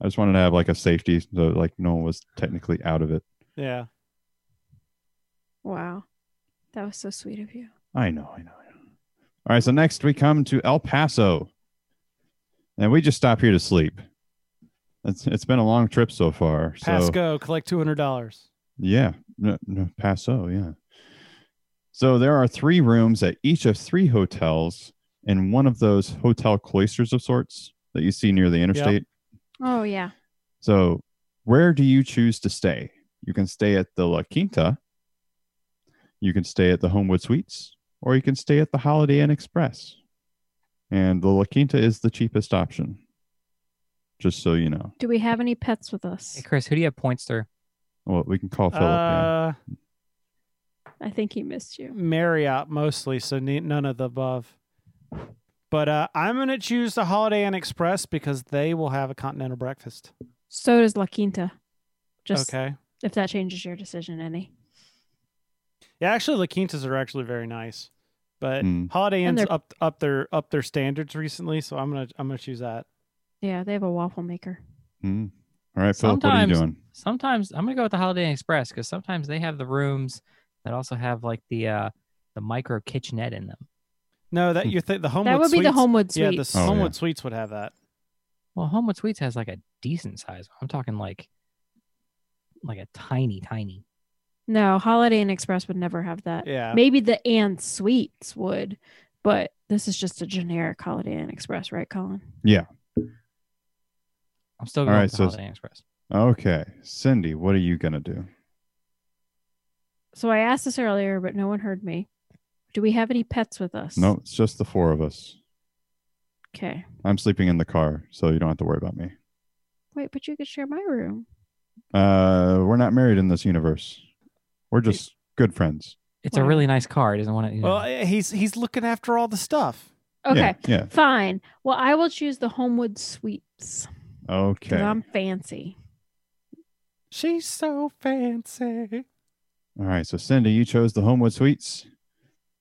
Speaker 5: just wanted to have like a safety so like no one was technically out of it.
Speaker 1: yeah.
Speaker 3: wow. That was so sweet of you.
Speaker 5: I know, I know, I know. All right, so next we come to El Paso. And we just stop here to sleep. It's it's been a long trip so far. So
Speaker 1: Pasco, collect $200.
Speaker 5: Yeah, no, no, Paso, yeah. So there are three rooms at each of three hotels in one of those hotel cloisters of sorts that you see near the interstate.
Speaker 3: Oh yeah.
Speaker 5: So where do you choose to stay? You can stay at the La Quinta, you can stay at the Homewood Suites, or you can stay at the Holiday Inn Express. And the La Quinta is the cheapest option, just so you know.
Speaker 3: Do we have any pets with us?
Speaker 4: Hey, Chris, who do you have points through?
Speaker 5: Well, we can call Philip.
Speaker 1: Uh,
Speaker 5: yeah.
Speaker 3: I think he missed you.
Speaker 1: Marriott mostly, so ne- none of the above. But uh, I'm going to choose the Holiday Inn Express because they will have a continental breakfast.
Speaker 3: So does La Quinta. Just
Speaker 1: okay.
Speaker 3: if that changes your decision any.
Speaker 1: Yeah, actually, La Quintas are actually very nice, but
Speaker 5: Mm.
Speaker 1: Holiday
Speaker 3: And
Speaker 1: Inn's
Speaker 3: they're-
Speaker 1: up up their up their standards recently, so I'm gonna I'm gonna choose that.
Speaker 3: Yeah, they have a waffle maker.
Speaker 5: Hmm. All right, Philip, what are you
Speaker 4: Sometimes-
Speaker 5: doing?
Speaker 4: Sometimes I'm gonna go with the Holiday Inn Express because sometimes they have the rooms that also have like the uh the micro kitchenette in them.
Speaker 1: No, that you think the Homewood
Speaker 3: that would be
Speaker 1: Suites,
Speaker 3: the Homewood
Speaker 1: Yeah,
Speaker 3: suite.
Speaker 1: the
Speaker 5: Hmm. Oh,
Speaker 1: Homewood
Speaker 5: yeah.
Speaker 1: Suites would have that.
Speaker 4: Well, Homewood Suites has like a decent size. I'm talking like like a tiny, tiny.
Speaker 3: no, Holiday Inn Express would never have that.
Speaker 1: Yeah.
Speaker 3: Uh, Maybe the and suites would, but this is just a generic Holiday Inn Express, right, Colin?
Speaker 4: I'm still
Speaker 5: All
Speaker 4: going
Speaker 5: right,
Speaker 4: with the
Speaker 5: so-
Speaker 4: Holiday Inn Express.
Speaker 5: Okay, Cindy, what are you gonna do?
Speaker 3: So I asked this earlier, but no one heard me. Do we have any pets with us?
Speaker 5: No, it's just the four of us.
Speaker 3: Okay.
Speaker 5: I'm sleeping in the car, so you don't have to worry about me.
Speaker 3: Wait, but you could share my room.
Speaker 5: Uh, we're not married in this universe. We're just good friends.
Speaker 4: It's a
Speaker 3: Whatever.
Speaker 4: really nice car. It doesn't want to. You know.
Speaker 1: Well, eh, he's he's looking after all the stuff.
Speaker 3: Okay.
Speaker 5: Yeah.
Speaker 3: Fine. Well, I will choose the Homewood Suites
Speaker 5: yeah.
Speaker 3: 'cause
Speaker 5: Okay.
Speaker 3: I'm fancy.
Speaker 1: She's so
Speaker 5: (laughs)
Speaker 1: fancy.
Speaker 5: All right. So, Cindy, you chose the Homewood Suites.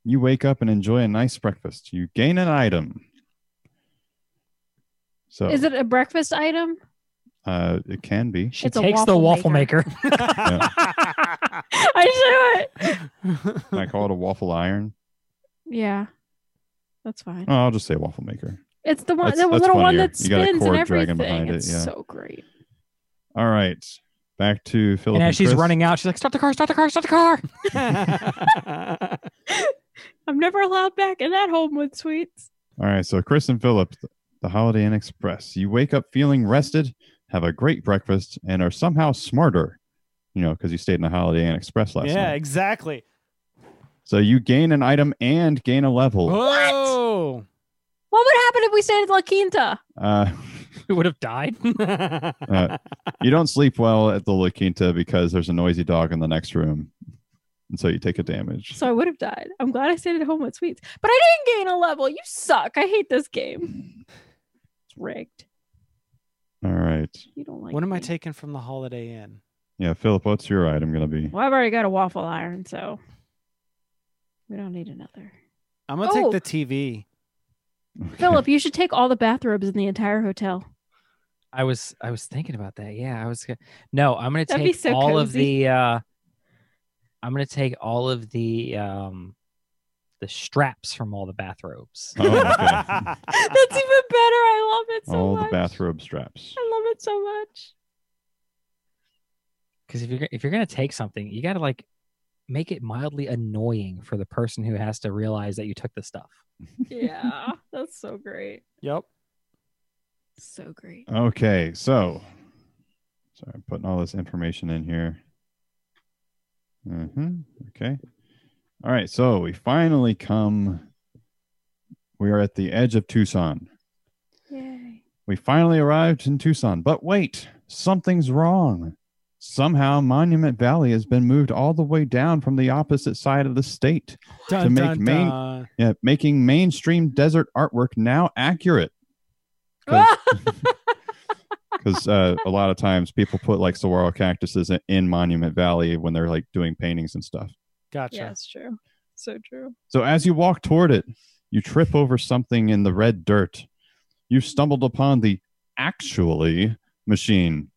Speaker 5: You wake up and enjoy a nice breakfast. You gain an item. So,
Speaker 3: Is it a breakfast item? (laughs)
Speaker 5: Uh, it can be.
Speaker 4: she
Speaker 3: It's a
Speaker 4: takes the
Speaker 3: waffle
Speaker 4: waffle
Speaker 3: maker.
Speaker 4: maker.
Speaker 3: I knew it.
Speaker 1: (laughs)
Speaker 5: Can I call it a waffle iron?
Speaker 3: Yeah. That's fine.
Speaker 5: Oh, I'll just say waffle maker.
Speaker 3: It's the one,
Speaker 5: That's-
Speaker 3: the
Speaker 5: that's
Speaker 3: little one
Speaker 5: funnier.
Speaker 3: that
Speaker 5: You got a
Speaker 3: spins and
Speaker 5: cord dragging
Speaker 3: everything.
Speaker 5: behind it,
Speaker 3: it's
Speaker 5: yeah.
Speaker 3: so great.
Speaker 5: All right. Back to Philip.
Speaker 4: and
Speaker 5: And
Speaker 4: as she's
Speaker 5: Chris.
Speaker 4: running out, she's like, "Stop the car! Stop the car! Stop the car!"
Speaker 3: I'm never allowed back in that Homewood Suites.
Speaker 5: All right, so Chris and Philip, th- the Holiday Inn Express. You wake up feeling rested, have a great breakfast, and are somehow smarter, you know, because you stayed in the Holiday Inn Express last
Speaker 1: yeah,
Speaker 5: night.
Speaker 1: exactly.
Speaker 5: So you gain an item and gain a level.
Speaker 1: Whoa.
Speaker 3: What would happen if we stayed at La Quinta?
Speaker 5: Uh, (laughs)
Speaker 4: Who would have died?
Speaker 5: you don't sleep well at the La Quinta because there's a noisy dog in the next room, and so you take a damage.
Speaker 3: So I would have died. I'm glad I stayed at Homewood Suites, but I didn't gain a level. You suck. I hate this game.
Speaker 5: (laughs)
Speaker 3: It's rigged.
Speaker 5: All right,
Speaker 3: You don't like.
Speaker 1: what am I
Speaker 3: me.
Speaker 1: taking from the Holiday Inn?
Speaker 5: yeah, Philip, what's your item gonna (laughs) be?
Speaker 3: Well, I've already got a waffle iron, so we don't need another.
Speaker 1: I'm gonna
Speaker 3: Oh.
Speaker 1: take the TV.
Speaker 5: Okay.
Speaker 3: Philip, you should take all the bathrobes in the entire (laughs) hotel.
Speaker 4: (laughs) I was, I was thinking about that. Yeah, I was. go- No, I'm gonna
Speaker 3: That'd be
Speaker 4: take
Speaker 3: so
Speaker 4: all of
Speaker 3: cozy.
Speaker 4: the. uh I'm gonna take all of the um the straps from all the bathrobes.
Speaker 1: (laughs)
Speaker 5: Oh, okay. (laughs)
Speaker 3: That's even better. I love it (laughs) so
Speaker 5: All the
Speaker 3: much.
Speaker 5: bathrobe straps.
Speaker 3: I love it so much.
Speaker 4: Because if you're if you're gonna take something, you gotta like make it mildly annoying for the person who has to realize that you took the stuff.
Speaker 3: (laughs) Yeah, that's so great.
Speaker 1: yep.
Speaker 3: So great.
Speaker 5: Okay, so So I'm putting all this information in here. hmm Okay. All right. So we finally come. We are at the edge of Tucson.
Speaker 3: Yay.
Speaker 5: We finally arrived in Tucson, but wait, something's wrong. Somehow, Monument Valley has been moved all the way down from the opposite side of the state,
Speaker 1: Dun,
Speaker 5: To make
Speaker 1: dun,
Speaker 5: main-
Speaker 1: dun.
Speaker 5: yeah, making mainstream desert artwork now accurate.
Speaker 3: (laughs) Ah!
Speaker 5: Because uh, a lot of times people put like saguaro cactuses in- in Monument Valley when they're like doing paintings and stuff.
Speaker 1: Gotcha.
Speaker 3: Yeah, it's true. So true.
Speaker 5: So as you walk toward it, you trip over something in the red dirt. You stumbled upon the actually machine.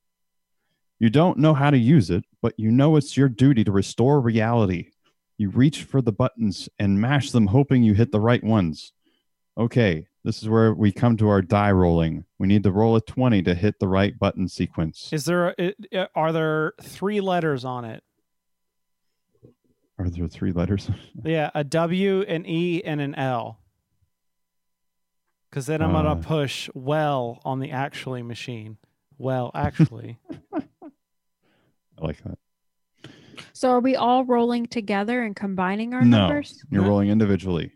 Speaker 5: You don't know how to use it, but you know it's your duty to restore reality. You reach for the buttons and mash them, hoping you hit the right ones. Okay, this is where we come to our die rolling. We need to roll a 20 to hit the right button sequence.
Speaker 1: Is there a, it- it- are there three letters on it?
Speaker 5: Are there three letters? (laughs)
Speaker 1: Yeah, a W, an E, and an L. Because then I'm
Speaker 5: Uh.
Speaker 1: gonna push well on the actually machine. Well,
Speaker 5: (laughs)
Speaker 1: actually,
Speaker 5: I like that.
Speaker 3: So are we all rolling together and combining our
Speaker 5: No.
Speaker 3: numbers?
Speaker 5: You're
Speaker 1: Yeah.
Speaker 5: rolling individually.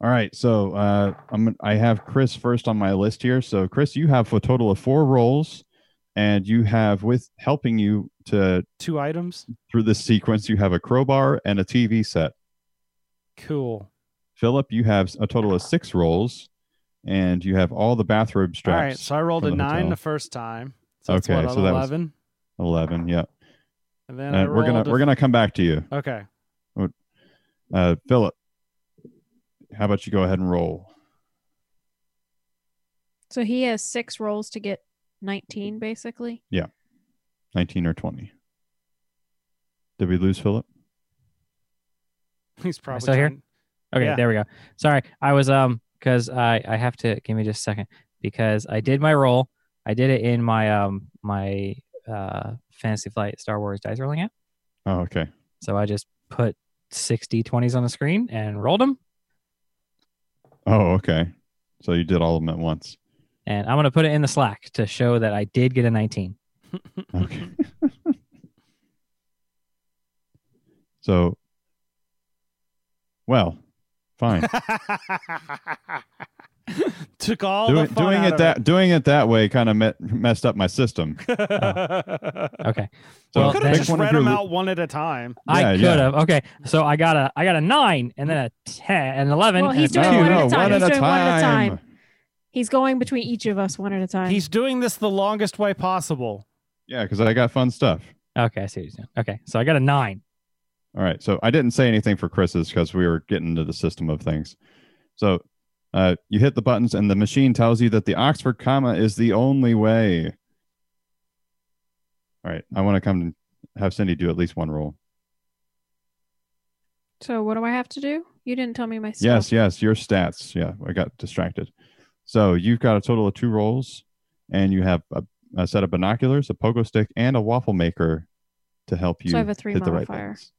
Speaker 5: All right, so uh, I'm I have Chris first on my list here. So Chris, you have a total of four rolls, and you have with helping you to
Speaker 1: two items.
Speaker 5: through this sequence. You have a crowbar and a TV set.
Speaker 1: Cool.
Speaker 5: Philip, you have a total of six rolls, and you have all the bathrobe straps.
Speaker 1: All right, so I rolled
Speaker 5: from
Speaker 1: a
Speaker 5: the
Speaker 1: nine
Speaker 5: hotel.
Speaker 1: the first time. So that's
Speaker 5: Okay,
Speaker 1: what,
Speaker 5: so
Speaker 1: an
Speaker 5: that was-
Speaker 1: eleven.
Speaker 5: Eleven, yeah.
Speaker 1: And then
Speaker 5: Uh,
Speaker 1: I
Speaker 5: we're gonna
Speaker 1: rolled a-
Speaker 5: we're gonna come back to you,
Speaker 1: Okay. (laughs)
Speaker 5: uh, Philip. How about you go ahead and roll?
Speaker 3: So he has six rolls to get 19, basically.
Speaker 5: 19 or 20. Did we lose Philip?
Speaker 1: He's probably
Speaker 4: still here?
Speaker 1: trying-
Speaker 4: Okay,
Speaker 1: Yeah.
Speaker 4: there we go. Sorry, I was um because I I have to give me just a second because I did my roll. I did it in my um my uh Fantasy Flight Star Wars dice rolling app.
Speaker 5: Oh, okay.
Speaker 4: So I just put 60 20s on the screen and rolled them.
Speaker 5: Oh, okay. So you did all of them at once.
Speaker 4: And I'm gonna put it in the Slack to show that I did get a 19.
Speaker 5: (laughs) Okay. so, well, fine.
Speaker 1: (laughs) Took all
Speaker 5: doing
Speaker 1: the fun
Speaker 5: doing
Speaker 1: out
Speaker 5: it
Speaker 1: of
Speaker 5: that doing it that way kind of met, messed up my system.
Speaker 4: Okay,
Speaker 5: (laughs) So
Speaker 4: Well,
Speaker 1: could
Speaker 4: then-
Speaker 1: have
Speaker 5: pick
Speaker 1: just
Speaker 5: one of
Speaker 1: read
Speaker 5: your
Speaker 1: them
Speaker 5: lo-
Speaker 1: out one at a time.
Speaker 5: Yeah,
Speaker 4: I could
Speaker 5: yeah.
Speaker 4: have. Okay, so I got a I got a nine and then a ten and eleven.
Speaker 3: Well,
Speaker 4: and
Speaker 3: he's
Speaker 4: a
Speaker 3: doing
Speaker 4: two.
Speaker 3: one at
Speaker 5: one at
Speaker 3: a time. He's
Speaker 5: a
Speaker 3: doing one at a
Speaker 5: time.
Speaker 3: time. He's going between each of us one at a time.
Speaker 1: He's doing this the longest way possible.
Speaker 5: Yeah, because I got fun stuff.
Speaker 4: Okay, I see what he's doing. Okay, so I got a nine.
Speaker 5: All right. So I didn't say anything for Chris's because we were getting into the system of things. So uh, you hit the buttons, and the machine tells you that the Oxford comma is the only way. All right. I want to come and have Cindy do at least one roll.
Speaker 3: so what do I have to do? You didn't tell me my stuff.
Speaker 5: Yes, yes, your stats. Yeah, I got distracted. So you've got a total of two rolls, and you have a, a set of binoculars, a pogo stick, and a waffle maker to help you
Speaker 3: So I have a three
Speaker 5: hit the right
Speaker 3: modifier.
Speaker 5: buttons.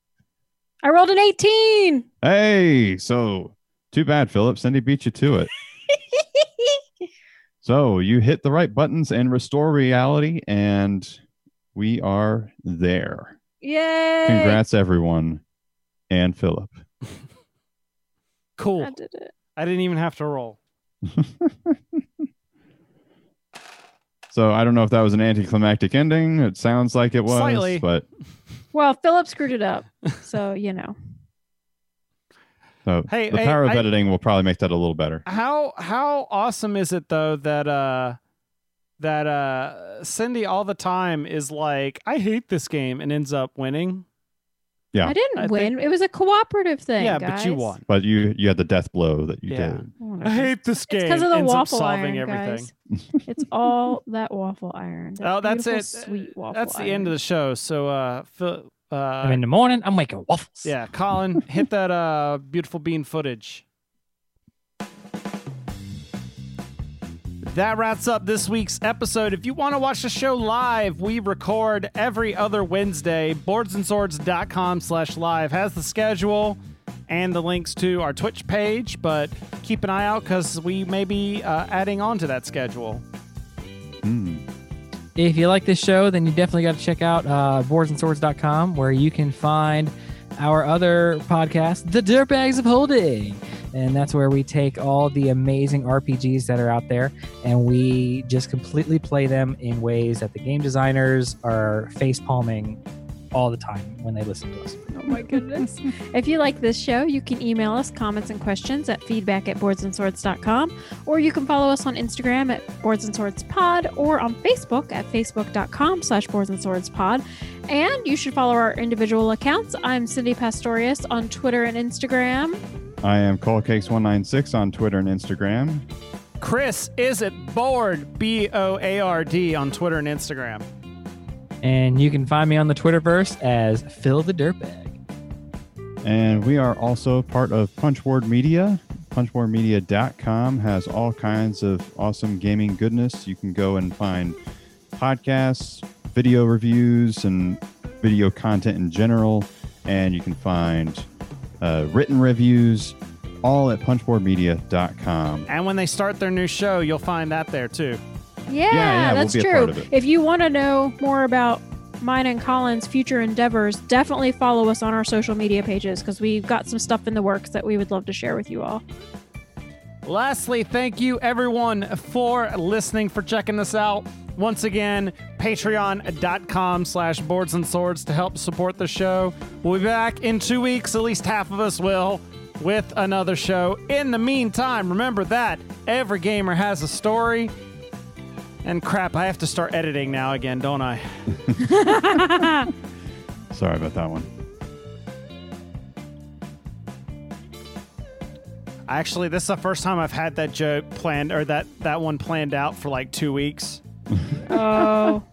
Speaker 3: I rolled an 18.
Speaker 1: (laughs)
Speaker 5: Hey, so too bad, Philip. Cindy beat you to it. So you hit the right buttons and restore reality, and we are there.
Speaker 3: Yay.
Speaker 5: Congrats, everyone, and Philip.
Speaker 1: Cool.
Speaker 3: I did it.
Speaker 1: I didn't even have to roll.
Speaker 5: So I don't know if that was an anticlimactic ending. It sounds like it was,
Speaker 1: Slightly.
Speaker 5: but
Speaker 3: Well, Philip screwed it up. So, you know.
Speaker 5: so
Speaker 1: Hey,
Speaker 5: uh, the
Speaker 1: hey,
Speaker 5: power of
Speaker 1: I-
Speaker 5: editing will probably make that a little better.
Speaker 1: How how awesome is it though that uh that uh Cindy all the time is like, I hate this game and ends up winning.
Speaker 5: (laughs) Yeah.
Speaker 3: I didn't
Speaker 1: I
Speaker 3: win. It was a cooperative thing.
Speaker 1: yeah, but you
Speaker 3: guys.
Speaker 1: won.
Speaker 5: But you you had the death blow that you
Speaker 1: Yeah.
Speaker 5: did. (laughs)
Speaker 1: I
Speaker 3: Whatever.
Speaker 1: hate this game.
Speaker 3: It's because of the
Speaker 1: ends up
Speaker 3: waffle
Speaker 1: solving
Speaker 3: iron,
Speaker 1: everything.
Speaker 3: guys. it's all that waffle
Speaker 1: (laughs)
Speaker 3: iron. That
Speaker 1: Oh, that's it.
Speaker 3: beautiful, Sweet waffle.
Speaker 1: That's the end of the show. So uh Phil,
Speaker 4: I'm
Speaker 1: uh
Speaker 4: in the morning. I'm making waffles.
Speaker 1: yeah, Colin, hit that uh beautiful bean footage. That wraps up this week's episode. If you want to watch the show live, we record every other Wednesday. Boardsandswords.com slash live has the schedule and the links to our Twitch page, but keep an eye out because we may be uh, adding on to that schedule.
Speaker 5: Hmm.
Speaker 4: if you like this show, then you definitely got to check out uh, boardsandswords.com where you can find our other podcast, The Dirtbags of Holding. And that's where we take all the amazing RPGs that are out there and we just completely play them in ways that the game designers are face palming all the time when they listen to us.
Speaker 3: Oh my goodness. if you like this show, you can email us comments and questions at feedback at boardsandswords.com, or you can follow us on Instagram at boards and swords pod or on Facebook at facebook.com slash boards and swords pod. And you should follow our individual accounts. I'm Cindy Pastorius on Twitter and Instagram.
Speaker 5: I am callcakes196 on Twitter and Instagram.
Speaker 1: Chris is at Board, B O A R D, on Twitter and Instagram.
Speaker 4: And you can find me on the Twitterverse as Phil the Dirtbag.
Speaker 5: And we are also part of Punchboard Media. Punchboardmedia.com has all kinds of awesome gaming goodness. You can go and find podcasts, video reviews, and video content in general. And you can find uh, written reviews all at punchboardmedia.com.
Speaker 1: And when they start their new show, you'll find that there too.
Speaker 3: Yeah,
Speaker 5: yeah, we'll
Speaker 3: that's
Speaker 5: be a part
Speaker 3: true.
Speaker 5: of it.
Speaker 3: If you want to know more about mine and Colin's future endeavors, definitely follow us on our social media pages because we've got some stuff in the works that we would love to share with you
Speaker 5: (laughs)
Speaker 3: all.
Speaker 1: Lastly, thank you everyone for listening, for checking this out. Once again, patreon.com slash boards and swords to help support the show. We'll be back in two weeks, at least half of us will, with another show. In the meantime, remember that every gamer has a story. And crap, I have to start editing now again, don't I?
Speaker 5: Sorry about that one.
Speaker 1: Actually, this is the first time I've had that joke planned or that, that one planned out for like two weeks.
Speaker 3: Oh.